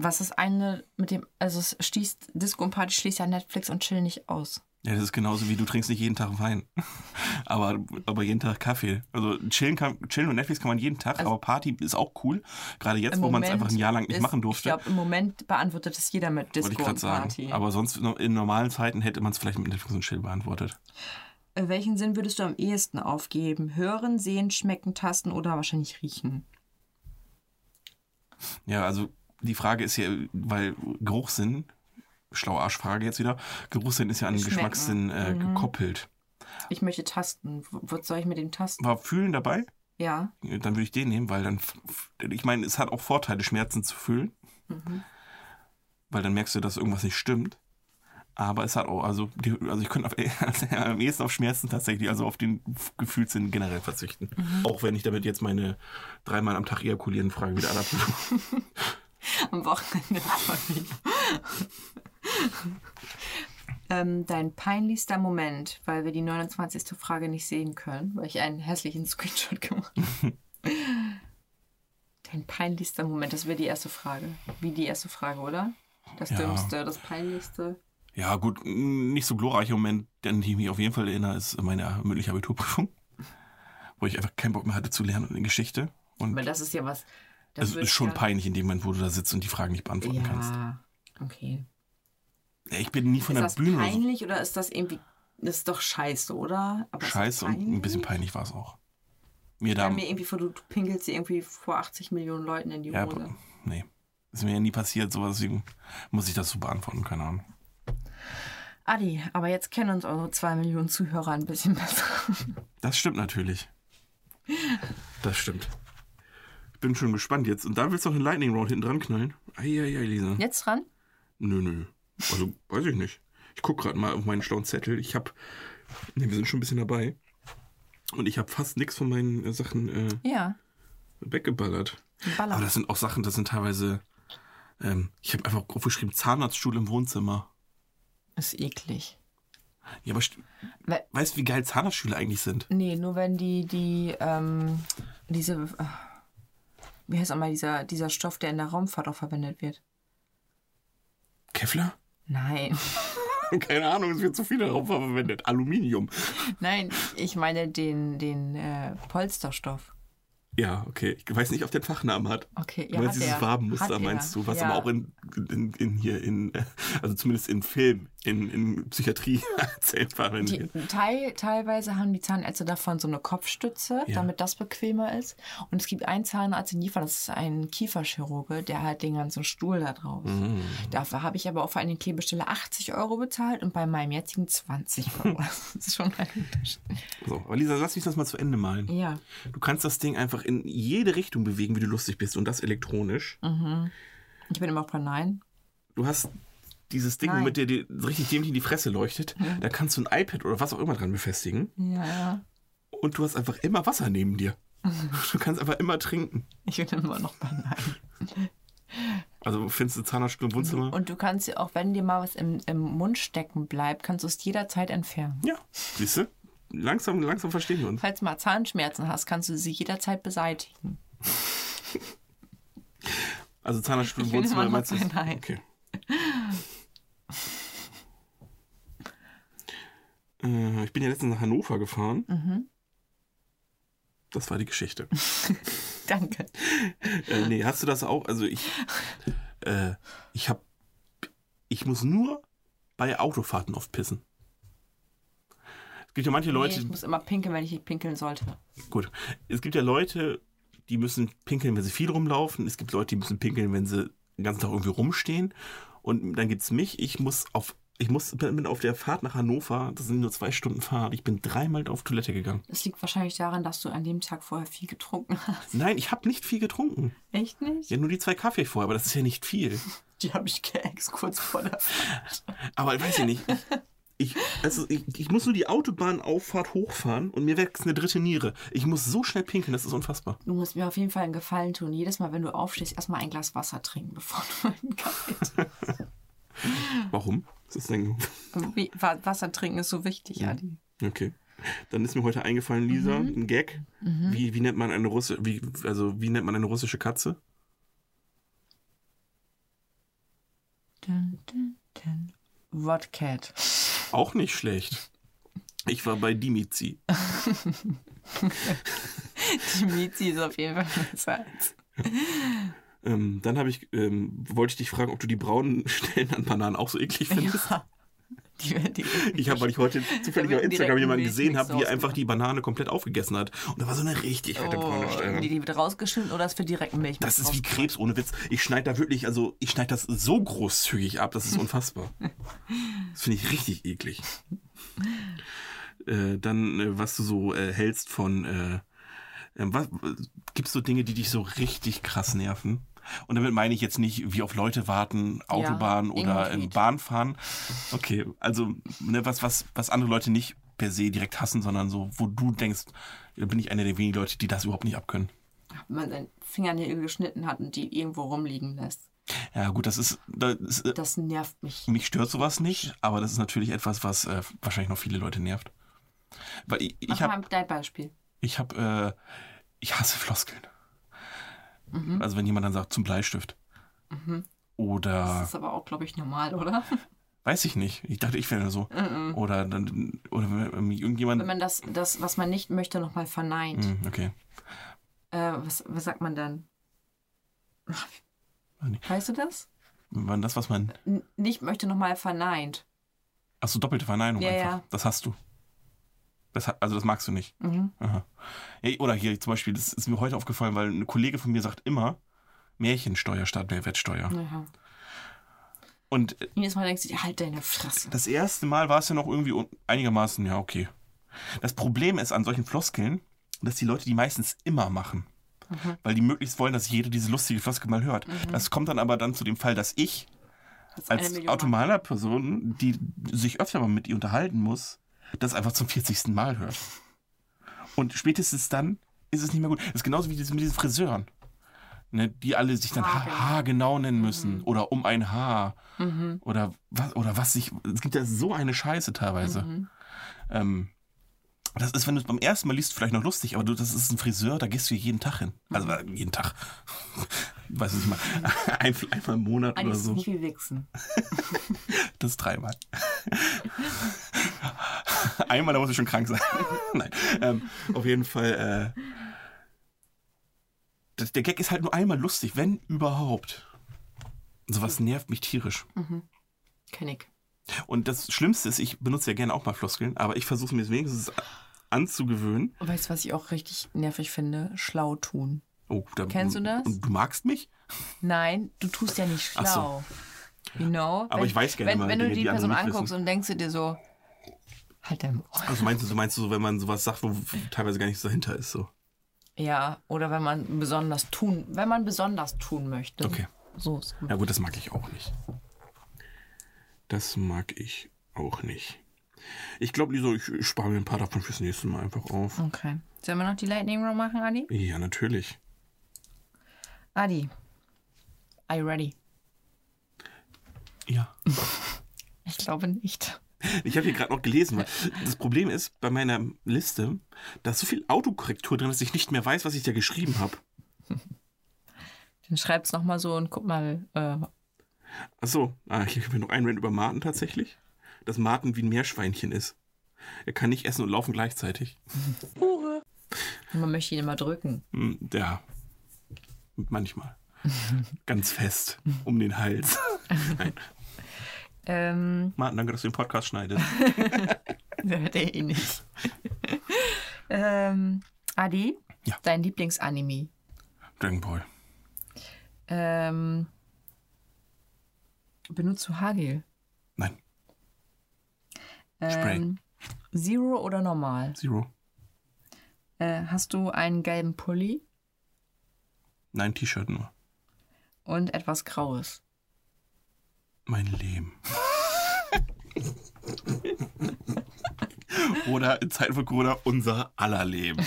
A: Was ist eine mit dem. Also es schließt, Disco und Party schließt ja Netflix und Chill nicht aus.
B: Ja, das ist genauso wie du trinkst nicht jeden Tag Wein, [laughs] aber, aber jeden Tag Kaffee. Also chillen, kann, chillen und Netflix kann man jeden Tag, aber Party ist auch cool. Gerade jetzt,
A: Also Im
B: wo man es
A: Moment
B: einfach ein Jahr lang nicht
A: ist-
B: machen
A: Ich
B: durfte,
A: glaube, im Moment beantwortet es jeder mit
B: wollte ich
A: Disco
B: gerade
A: und
B: sagen.
A: Party.
B: Aber sonst no- in normalen Zeiten hätte man es vielleicht mit Netflix und Chill beantwortet.
A: Äh, Welchen Sinn würdest du am ehesten aufgeben? Hören, sehen, schmecken, tasten oder wahrscheinlich riechen?
B: Ja, also die Frage ist ja, weil Geruchssinn, schlaue Arschfrage jetzt wieder, Geruchssinn ist ja an den
A: Schmecken.
B: Geschmackssinn äh, gekoppelt.
A: Ich möchte tasten. W- Was soll ich mit dem tasten?
B: War Fühlen dabei?
A: Ja.
B: Dann würde ich den nehmen, weil dann, f- f- ich meine, es hat auch Vorteile, Schmerzen zu fühlen, weil dann merkst du, dass irgendwas nicht stimmt. Aber es hat auch, also, die, also ich könnte auf, [laughs] am ehesten auf Schmerzen tatsächlich, also auf den F- Gefühlssinn generell verzichten. Auch wenn ich damit jetzt meine dreimal am Tag ejakulieren Frage wieder adaptiere.
A: Am Wochenende. [laughs] sorry. ähm, dein peinlichster Moment, weil wir die 29. Frage nicht sehen können, weil ich einen hässlichen Screenshot gemacht habe.
B: [laughs]
A: Dein peinlichster Moment, das wäre die erste Frage. Wie die erste Frage, oder? Das
B: Ja.
A: Dümmste, das Peinlichste.
B: ja, gut, n- nicht so glorreicher Moment, an den ich mich auf jeden Fall erinnere, ist meine mündliche Abiturprüfung, [laughs] wo ich einfach keinen Bock mehr hatte zu lernen und in Geschichte. Und
A: Weil das ist ja was. Das
B: es
A: würde
B: ist
A: ich
B: schon
A: gar-
B: peinlich in dem Moment, wo du da sitzt und die Fragen nicht beantworten kannst.
A: Ja, okay.
B: Ja, Ich bin nie von
A: ist
B: der
A: das
B: Bühne. oder so-
A: peinlich oder ist das irgendwie. Das ist doch scheiße, oder? Aber ist das
B: Scheiße und ein bisschen
A: peinlich.
B: peinlich war es auch. Mir
A: Ich
B: da.
A: stell mir irgendwie vor, du du pinkelst dir irgendwie vor 80 Millionen Leuten in die
B: Ja,
A: Hose.
B: nee. Ist mir ja nie passiert, sowas, deswegen muss ich das so beantworten, keine Ahnung.
A: Adi, aber jetzt kennen uns eure 2 Millionen Zuhörer ein bisschen besser.
B: [laughs] Das stimmt natürlich. Das stimmt. Ich bin schon gespannt jetzt. Und da willst du auch den Lightning Round hinten dran knallen? Eieiei, Lisa.
A: Jetzt dran?
B: Nö, nö. Also, weiß ich nicht. Ich gucke gerade mal auf meinen schlauen Zettel. Ich habe. Ne, wir sind schon ein bisschen dabei. Und ich habe fast nichts von meinen äh, Sachen äh,
A: Ja.
B: weggeballert.
A: Baller.
B: Aber das sind auch Sachen, das sind teilweise. Ähm, ich habe einfach aufgeschrieben, Zahnarztstuhl im Wohnzimmer.
A: ist eklig.
B: Ja, aber st-
A: We-
B: weißt du, wie geil Zahnarztstühle eigentlich sind?
A: Nee, nur wenn die, die, ähm, diese, äh, wie heißt nochmal dieser, dieser Stoff, der in der Raumfahrt auch verwendet wird?
B: Kevlar? [laughs]
A: Nein. [laughs]
B: Keine Ahnung, es wird zu viel darauf verwendet. Aluminium.
A: Nein, ich meine den, den äh, Polsterstoff.
B: Ja, okay. Ich weiß nicht, ob der einen Fachnamen hat.
A: Okay,
B: Du meinst dieses
A: er.
B: Wabenmuster,
A: Hat er.
B: meinst du? Was
A: ja.
B: aber auch in, in, in hier in, äh, also zumindest in Film, in, in Psychiatrie [laughs] erzählt verwendet
A: Die,
B: wird.
A: teil, teilweise haben die Zahnärzte davon so eine Kopfstütze,
B: Ja.
A: damit das bequemer ist. Und es gibt einen Zahnarzt in Liefern, das ist ein Kieferchirurge, der halt den ganzen Stuhl da drauf.
B: Mhm.
A: Dafür habe ich aber auch für eine Klebestelle 80 Euro bezahlt und bei meinem
B: [laughs]
A: jetzigen 20 Euro. das ist schon ein Unterschied.
B: So, aber Lisa, lass mich das mal zu Ende malen.
A: Ja.
B: Du kannst das Ding einfach in jede Richtung bewegen, wie du lustig bist und das elektronisch.
A: Ich bin immer auch bei Nein.
B: du hast dieses Ding,
A: Nein.
B: womit dir die, richtig dämlich in die Fresse leuchtet, da kannst du ein iPad oder was auch immer dran befestigen
A: Ja, ja. [laughs]
B: und du hast einfach immer Wasser neben dir. Du kannst einfach immer trinken.
A: Ich bin immer noch bei Nein.
B: Also findest du Zahnarztstuhl im Wohnzimmer?
A: Und du kannst ja auch, wenn dir mal was im, im Mund stecken bleibt, kannst du es jederzeit entfernen.
B: Ja, siehst du? Langsam, langsam verstehen wir uns.
A: Falls du mal Zahnschmerzen hast, kannst du sie jederzeit beseitigen.
B: Also Zahnarztstuhl im
A: Ich bin immer
B: Wohnzimmer
A: noch
B: meinst du?
A: bei
B: das?
A: Nein. [laughs]
B: Okay. Äh, Ich bin ja letztens nach Hannover gefahren.
A: Mhm.
B: Das war die
A: [laughs]
B: Geschichte.
A: Danke.
B: äh, nee, hast du das auch? Also ich, äh, ich hab, ich muss nur bei Autofahrten oft pissen. Es gibt ja manche
A: Leute.
B: Leute,
A: Nee, ich muss immer pinkeln, wenn ich nicht pinkeln sollte.
B: gut, es gibt ja Leute, die müssen pinkeln, wenn sie viel rumlaufen. Es gibt Leute, die müssen pinkeln, wenn sie den ganzen Tag irgendwie rumstehen. Und dann gibt's mich, ich muss auf, ich muss, bin auf der Fahrt nach Hannover, das sind nur zwei Stunden Fahrt, ich bin dreimal auf Toilette gegangen.
A: Das liegt wahrscheinlich daran, dass du an dem Tag vorher viel getrunken hast. [laughs]
B: Nein, ich habe nicht viel getrunken.
A: Echt nicht?
B: Ja, nur die zwei Kaffee vorher, aber das ist ja nicht viel.
A: Die habe ich geäxt kurz vor der
B: Aber ich weiß ja nicht. Ich, also ich, ich muss nur die Autobahnauffahrt hochfahren und mir wächst eine dritte Niere. Ich muss so schnell pinkeln, das ist unfassbar.
A: Du musst mir auf jeden Fall einen Gefallen tun. Jedes Mal, wenn du aufstehst, erstmal ein Glas Wasser trinken, [laughs] bevor du einen Kaffee
B: Warum? Das ist denn,
A: trinkst. Wie- Wa- Wasser trinken ist so wichtig, Adi.
B: okay. Dann ist mir heute eingefallen, Lisa,
A: Mhm.
B: ein Gag. Wie, wie nennt man eine russische, wie, also wie nennt man eine russische Katze?
A: Dun, dun, dun. Wodcat.
B: Auch nicht schlecht. Ich war bei Dimitzi.
A: [laughs] Die Mizi ist auf jeden Fall besser als.
B: Ähm, dann habe ich, ähm, wollte ich dich fragen, ob du die braunen [laughs] Stellen an Bananen auch so eklig findest.
A: Ja. [laughs] Die, die,
B: Ich habe, weil ich
A: [laughs]
B: heute zufällig
A: wird
B: auf Instagram
A: direkt
B: jemanden
A: Milch
B: gesehen
A: nicht
B: habe, wie er
A: rausgemacht.
B: einfach die Banane komplett aufgegessen hat. Und da war so eine richtig fette braune
A: oh,
B: Stelle.
A: die, die wird rausgeschnitten oder es wird direkt Milch
B: ne? Das ist wie Krebs ohne Witz. Ich schneide da wirklich, also ich schneide das so großzügig ab, das ist unfassbar. Das finde ich richtig eklig. Äh, dann, äh, was du so äh, hältst von, äh, ähm, was, äh, gibt's so Dinge, die dich so richtig krass nerven? Und damit meine ich jetzt nicht, wie auf Leute warten, Autobahn oder
A: irgendwie.
B: ähm, Bahn fahren. Okay, also ne, was, was, was andere Leute nicht per se direkt hassen, sondern so, wo du denkst, da bin ich einer der wenigen Leute, die das überhaupt nicht abkönnen.
A: Wenn man seinen Fingernägel geschnitten hat und die irgendwo rumliegen lässt.
B: Ja, gut, das ist, das ist äh,
A: Das nervt mich.
B: mich stört sowas nicht, aber das ist natürlich etwas, was äh, wahrscheinlich noch viele Leute nervt. Weil ich,
A: Mach
B: ich habe,
A: mal dein Beispiel.
B: ich habe, äh, ich hasse Floskeln.
A: Mhm.
B: Also wenn jemand dann sagt zum Bleistift
A: Das
B: oder
A: ist aber auch, glaube ich, normal, oder? [laughs] Äh,
B: weiß ich nicht, ich dachte, ich wäre so oder dann oder wenn mich irgendjemand,
A: Mhm. Wenn man das, das was man nicht möchte, nochmal verneint.
B: Hm, okay,
A: Äh, was, was sagt man dann?
B: Weiß nicht.
A: Weißt du das?
B: wenn das was man,
A: N nicht möchte nochmal verneint.
B: ach so doppelte Verneinung
A: Ja,
B: einfach,
A: ja.
B: das hast du. Das, ha- also das magst du nicht.
A: Mhm.
B: Aha. Ey, Oder hier zum Beispiel, das ist mir heute aufgefallen, weil eine Kollege von mir sagt immer Märchensteuer statt Mehrwertsteuer.
A: Naja.
B: Und äh,
A: Jedes Mal denkst du dir, halt deine Fresse.
B: das erste Mal war es ja noch irgendwie un- einigermaßen, ja, okay. Das Problem ist an solchen Floskeln, dass die Leute die meistens immer machen. Weil die möglichst wollen, dass jeder diese lustige Floskel mal hört. Das kommt dann aber dann zu dem Fall, dass ich
A: Das eine
B: als
A: Million Mal.
B: automaler Person, die sich öfter mal mit ihr unterhalten muss, das einfach zum 40. Mal hört. Und spätestens dann ist es nicht mehr gut. Das ist genauso wie dieses mit diesen Friseuren. Ne, die alle sich dann ha
A: Haargenau.
B: haargenau nennen müssen
A: Mhm.
B: oder um ein Haar oder was oder was sich es gibt ja so eine Scheiße teilweise.
A: Mhm.
B: Ähm, das ist, wenn du es beim ersten Mal liest, vielleicht noch lustig, aber du, das ist ein Friseur, da gehst du jeden Tag hin. Also
A: Mhm.
B: äh, jeden Tag. [laughs] Weiß ich nicht mal. [laughs] Ein, einmal im Monat
A: Eigentlich
B: oder
A: ist es
B: so.
A: nicht wie Wichsen.
B: Das dreimal. [laughs] Einmal, da muss ich schon krank sein. [laughs] Nein. Ähm, auf jeden Fall. Äh, das, der Gag ist halt nur einmal lustig, wenn überhaupt. Sowas nervt mich tierisch.
A: Kenn ich.
B: Und das Schlimmste ist, ich benutze ja gerne auch mal Floskeln, aber ich versuche mir es wenigstens anzugewöhnen.
A: Und Weißt du, was ich auch richtig nervig finde? Schlau tun.
B: Oh, da,
A: Kennst du das?
B: Und du magst mich?
A: Nein, du tust ja nicht
B: Ach
A: schlau. You know?
B: Aber ich weiß gerne
A: wenn,
B: mal
A: Wenn
B: Dinge,
A: du die,
B: die andere
A: Person
B: nicht
A: anguckst
B: wissen.
A: und denkst du dir so, halt dein Maul.
B: Also meinst du, so meinst du so, wenn man sowas sagt, wo teilweise gar nichts dahinter ist? So.
A: Ja, oder wenn man besonders tun, wenn man besonders tun möchte.
B: Okay.
A: So ist
B: Ja gut, das mag ich auch nicht. Das mag ich auch nicht. Ich glaube, Lisa, ich spare mir ein paar davon fürs nächste Mal einfach auf.
A: Okay. Sollen wir noch die Lightning Round machen, Adi?
B: Ja, natürlich.
A: Adi, are you ready?
B: Ja.
A: Ich glaube nicht.
B: Ich habe hier gerade noch gelesen. weil Das Problem ist bei meiner Liste, da ist so viel Autokorrektur drin, dass ich nicht mehr weiß, was ich da geschrieben habe.
A: Dann schreib's nochmal so und guck mal. Äh,
B: Achso, ah, hier haben wir noch einen Rand über Martin tatsächlich. Dass Martin wie ein Meerschweinchen ist. Er kann nicht essen und laufen gleichzeitig.
A: man möchte ihn immer drücken.
B: Hm, Ja. Manchmal. Ganz fest. Um den Hals. Nein.
A: Ähm,
B: Martin, danke, dass du den Podcast schneidest.
A: wer hört er ihn nicht? [laughs] ähm, Adi,
B: Ja.
A: dein Lieblingsanime.
B: Dragon Ball.
A: Ähm, benutzt du Hagel?
B: Nein, Spray.
A: Ähm, Zero oder normal?
B: Zero.
A: Äh, hast du einen gelben Pulli
B: Nein, T-Shirt nur.
A: und etwas Graues?
B: Mein Leben. Oder in Zeiten von Corona unser aller Leben.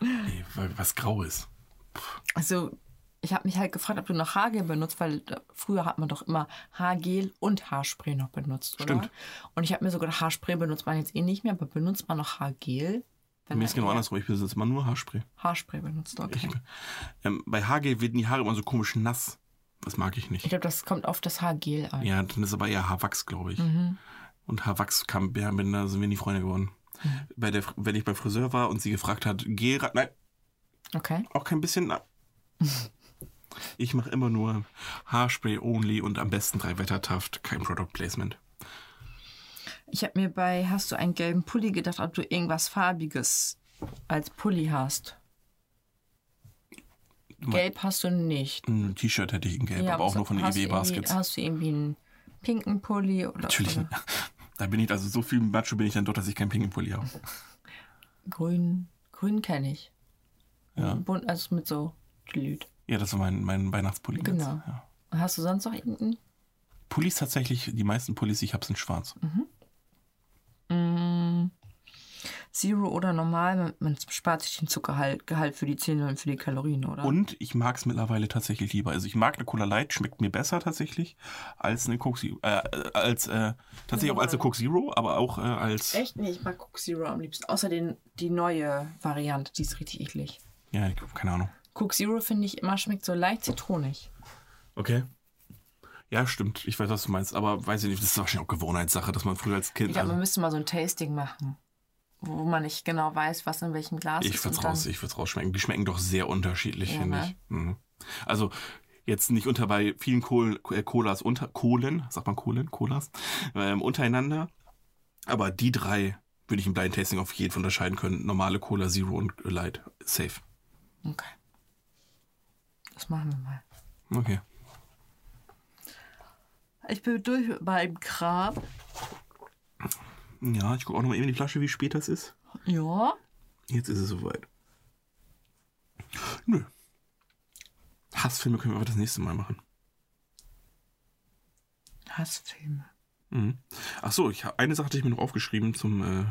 B: Nee, wa- was Graues.
A: Also, ich habe mich halt gefragt, ob du noch Haargel benutzt, weil äh, früher hat man doch immer Haargel und Haarspray noch benutzt, oder?
B: Stimmt.
A: Und ich habe mir sogar Haarspray benutzt man jetzt eh nicht mehr, aber benutzt man noch Haargel?
B: Mir ist genau
A: eher
B: andersrum. Ich besitze immer nur Haarspray.
A: Haarspray benutzt, okay.
B: Ich, ähm, bei Haargel werden die Haare immer so komisch nass. Das mag ich
A: Ich
B: nicht.
A: glaube, das kommt auf das Haargel an.
B: Ja, dann ist aber eher Haarwachs, glaube ich.
A: Mhm.
B: Und Haarwachs kam, ja, bin, da sind wir nie Freunde geworden.
A: Mhm.
B: Bei der, wenn ich beim Friseur war und sie gefragt hat, Gera, nein,
A: Okay.
B: auch kein bisschen.
A: [laughs]
B: Na ich mache immer nur Haarspray only und am besten drei Wettertaft, kein Product Placement.
A: Ich habe mir bei Hast du einen gelben Pulli gedacht, ob du irgendwas Farbiges als Pulli hast? Gelb hast du nicht.
B: Ein T-Shirt hätte ich in Gelb, aber auch
A: so-
B: nur von den
A: hast du
B: EW
A: irgendwie-
B: Baskets.
A: Hast du irgendwie einen pinken Pulli oder,
B: Natürlich.
A: oder
B: [laughs] Da bin ich, also so viel Macho bin ich dann doch, dass ich keinen pinken Pulli habe.
A: grün? Grün kenne ich.
B: Ja.
A: Bunt, also mit so Glüht.
B: ja, das war mein, mein Weihnachtspulli. jetzt.
A: Genau.
B: Ja.
A: Hast du sonst noch irgendeinen?
B: Pullis tatsächlich, die meisten Pullis, die ich habe, sind schwarz.
A: Mm, Zero oder normal? Man, man spart sich den Zuckergehalt Gehalt für die 10 und für die Kalorien, oder?
B: Und ich mag es mittlerweile tatsächlich lieber. Also ich mag eine Cola Light, schmeckt mir besser tatsächlich, als eine Coke Zero. Äh, als, äh, tatsächlich auch als eine Coke Zero, aber auch äh, als...
A: Echt? Nee, ich mag Coke Zero am liebsten. Außer den, die neue Variante, die ist richtig eklig.
B: Ja, ich- keine Ahnung.
A: Coke Zero finde ich immer schmeckt so leicht zitronig.
B: Okay. Ja, stimmt. Ich weiß, was du meinst. Aber weiß ich nicht, das ist wahrscheinlich auch Gewohnheitssache, dass man früher als
A: Ich
B: Kind.
A: glaube, man
B: also,
A: müsste mal so ein Tasting machen, wo man nicht genau weiß, was in welchem Glas
B: ich
A: ist.
B: würde es
A: und
B: raus, ich würd's rausschmecken. Die schmecken doch sehr unterschiedlich,
A: Ja,
B: finde
A: ne?
B: ich. Mhm. Also jetzt nicht unter bei vielen Kohlen, äh, Colas unter Kohlen, sagt man Kohlen, Colas, ähm, untereinander. Aber die drei würde ich im Blind Tasting auf jeden Fall unterscheiden können. Normale Cola, Zero und Light. Safe.
A: Dann, okay. Das machen wir mal.
B: Okay.
A: Ich bin durch mit meinem Kram.
B: Ja, ich gucke auch nochmal eben in die Flasche, wie spät das ist.
A: Ja.
B: Jetzt ist es soweit. Nö. Hassfilme können wir aber das nächste Mal machen.
A: Hassfilme.
B: Mhm. Ach so, ich habe eine Sache, die ich mir noch aufgeschrieben zum. Äh,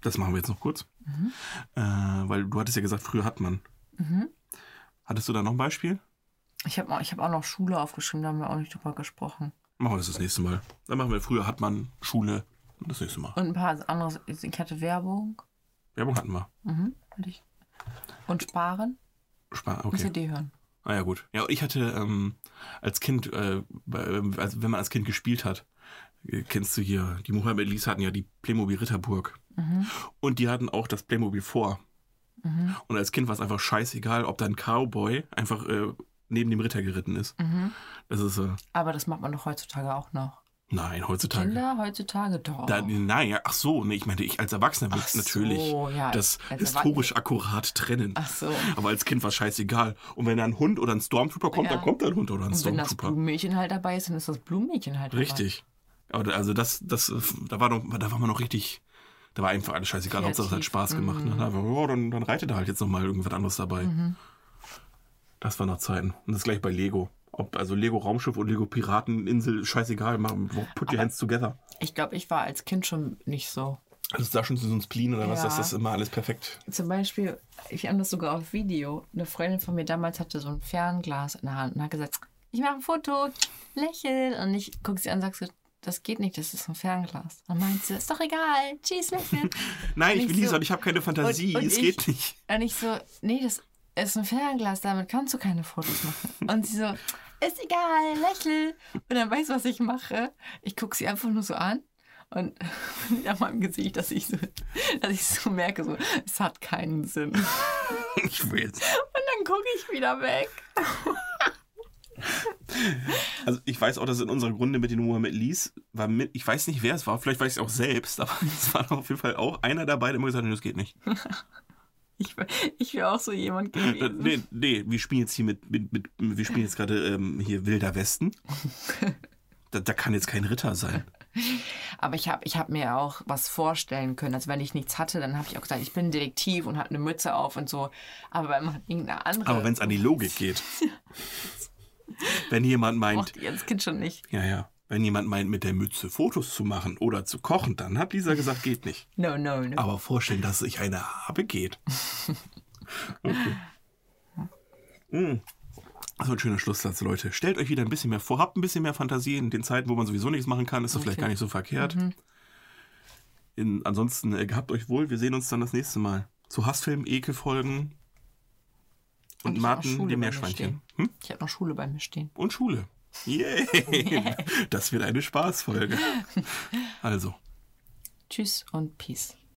B: das machen wir jetzt noch kurz, äh, weil du hattest ja gesagt, früher hat man.
A: Mhm.
B: Hattest du da noch ein Beispiel?
A: Ich habe auch, ich hab auch noch Schule aufgeschrieben, da haben wir auch nicht drüber gesprochen.
B: Machen wir das das nächste Mal. Dann machen wir früher hat man Schule das nächste Mal.
A: Und ein paar andere. Ich hatte Werbung.
B: Werbung hatten wir.
A: Mhm. hatte ich. Und Sparen
B: Spar
A: und
B: okay.
A: CD hören.
B: Ah ja gut. Ja, und ich hatte ähm, als Kind, äh, bei- ähm, also wenn man als Kind gespielt hat, äh, kennst du hier die Muhammad Eli's hatten ja die Playmobil Ritterburg.
A: Mhm.
B: Und die hatten auch das Playmobil vor.
A: Mhm.
B: Und als Kind war es einfach scheißegal, ob da ein Cowboy einfach äh, neben dem Ritter geritten ist.
A: Mhm.
B: Das ist, äh,
A: Aber das macht man doch heutzutage auch noch.
B: nein, heutzutage.
A: Kinder heutzutage doch.
B: Da, nein, ja, ach so, nee, ich meinte, ich als Erwachsener würde
A: Ach
B: natürlich
A: so, ja,
B: das
A: als
B: historisch akkurat trennen.
A: Ach so.
B: Aber als Kind war es scheißegal. Und wenn da ein Hund oder ein Stormtrooper kommt,
A: Ja.
B: dann kommt da ein Hund oder ein
A: Und wenn das
B: Stormtrooper.
A: Blumenmädchen halt dabei ist, dann ist das Blumenmädchen halt
B: Richtig. Aber da- also das, das, äh, da war noch, da war man noch richtig, da war einfach alles scheißegal, Hauptsache es hat
A: Kreativ, Mhm.
B: Spaß gemacht. Ne? Da war, ja, dann, dann reitet er halt jetzt nochmal irgendwas anderes dabei. Das waren noch Zeiten. Und das gleich bei Lego. Ob also Lego Raumschiff und Lego Pirateninsel, scheißegal, mach, put your hands together.
A: Ich glaube, ich war als Kind schon nicht so.
B: Das ist da Also schon so ein Spleen oder was,
A: Ja.
B: das ist immer alles perfekt.
A: Zum Beispiel, ich habe das sogar auf Video. Eine Freundin von mir damals hatte so ein Fernglas in der Hand und hat gesagt, ich mache ein Foto, lächel. Und ich gucke sie an und sage, so, das geht nicht, das ist ein Fernglas. Dann meint sie, ist doch egal, tschüss, lächeln.
B: Nein, ich
A: Nicht
B: will nicht
A: so.
B: sagen, ich habe keine Fantasie,
A: Und- und
B: es
A: ich-
B: geht nicht. [laughs]
A: Und ich so, nee, das ist ein Fernglas, damit kannst du keine Fotos machen. Und sie so, ist egal, lächel. Und dann weiß, was ich mache. Ich gucke sie einfach nur so an und [laughs] an meinem Gesicht, dass ich so, dass ich so merke, so, es hat keinen Sinn. Und
B: Ich will jetzt.
A: dann gucke ich wieder weg.
B: Also ich weiß auch, dass in unserer Runde mit den Mohammed Lees war mit, ich weiß nicht, wer es war, vielleicht weiß ich auch selbst, aber [laughs] es war auf jeden Fall auch einer dabei, der immer gesagt hat, nee, das geht nicht.
A: Ich, wär- ich wäre auch so jemand gewesen.
B: Äh, Nee, nee, wir spielen jetzt hier mit, mit, mit wir spielen jetzt gerade ähm, hier Wilder Westen. Da, da kann jetzt kein Ritter sein.
A: Aber ich habe ich hab mir auch was vorstellen können. Also wenn ich nichts hatte, dann habe ich auch gesagt, ich bin Detektiv und habe eine Mütze auf und so. Aber wenn man irgendeine andere...
B: Aber wenn es an die Logik geht. Wenn jemand meint,
A: Mochte ich als Kind Oh, schon nicht.
B: ja, ja, wenn jemand meint, mit der Mütze Fotos zu machen oder zu kochen, dann hat dieser gesagt, geht nicht.
A: No, no, no.
B: Aber vorstellen, dass ich eine habe,
A: [laughs]
B: geht. Okay. Mm. Das war ein schöner Schlusssatz, Leute. Stellt euch wieder ein bisschen mehr vor, habt ein bisschen mehr Fantasie in den Zeiten, wo man sowieso nichts machen kann, ist das vielleicht gar nicht so verkehrt.
A: Mhm.
B: In, ansonsten äh, gehabt euch wohl, wir sehen uns dann das nächste Mal. Zu Hassfilm, Ekelfolgen und,
A: Und ich hab noch
B: Martin,
A: Schule
B: dem
A: bei mir
B: Meerschweinchen.
A: stehen.
B: Hm?
A: Ich habe noch Schule bei mir stehen.
B: Und
A: [laughs]
B: Schule. Yay!
A: [laughs]
B: Das wird eine Spaßfolge. Also.
A: Tschüss und Peace.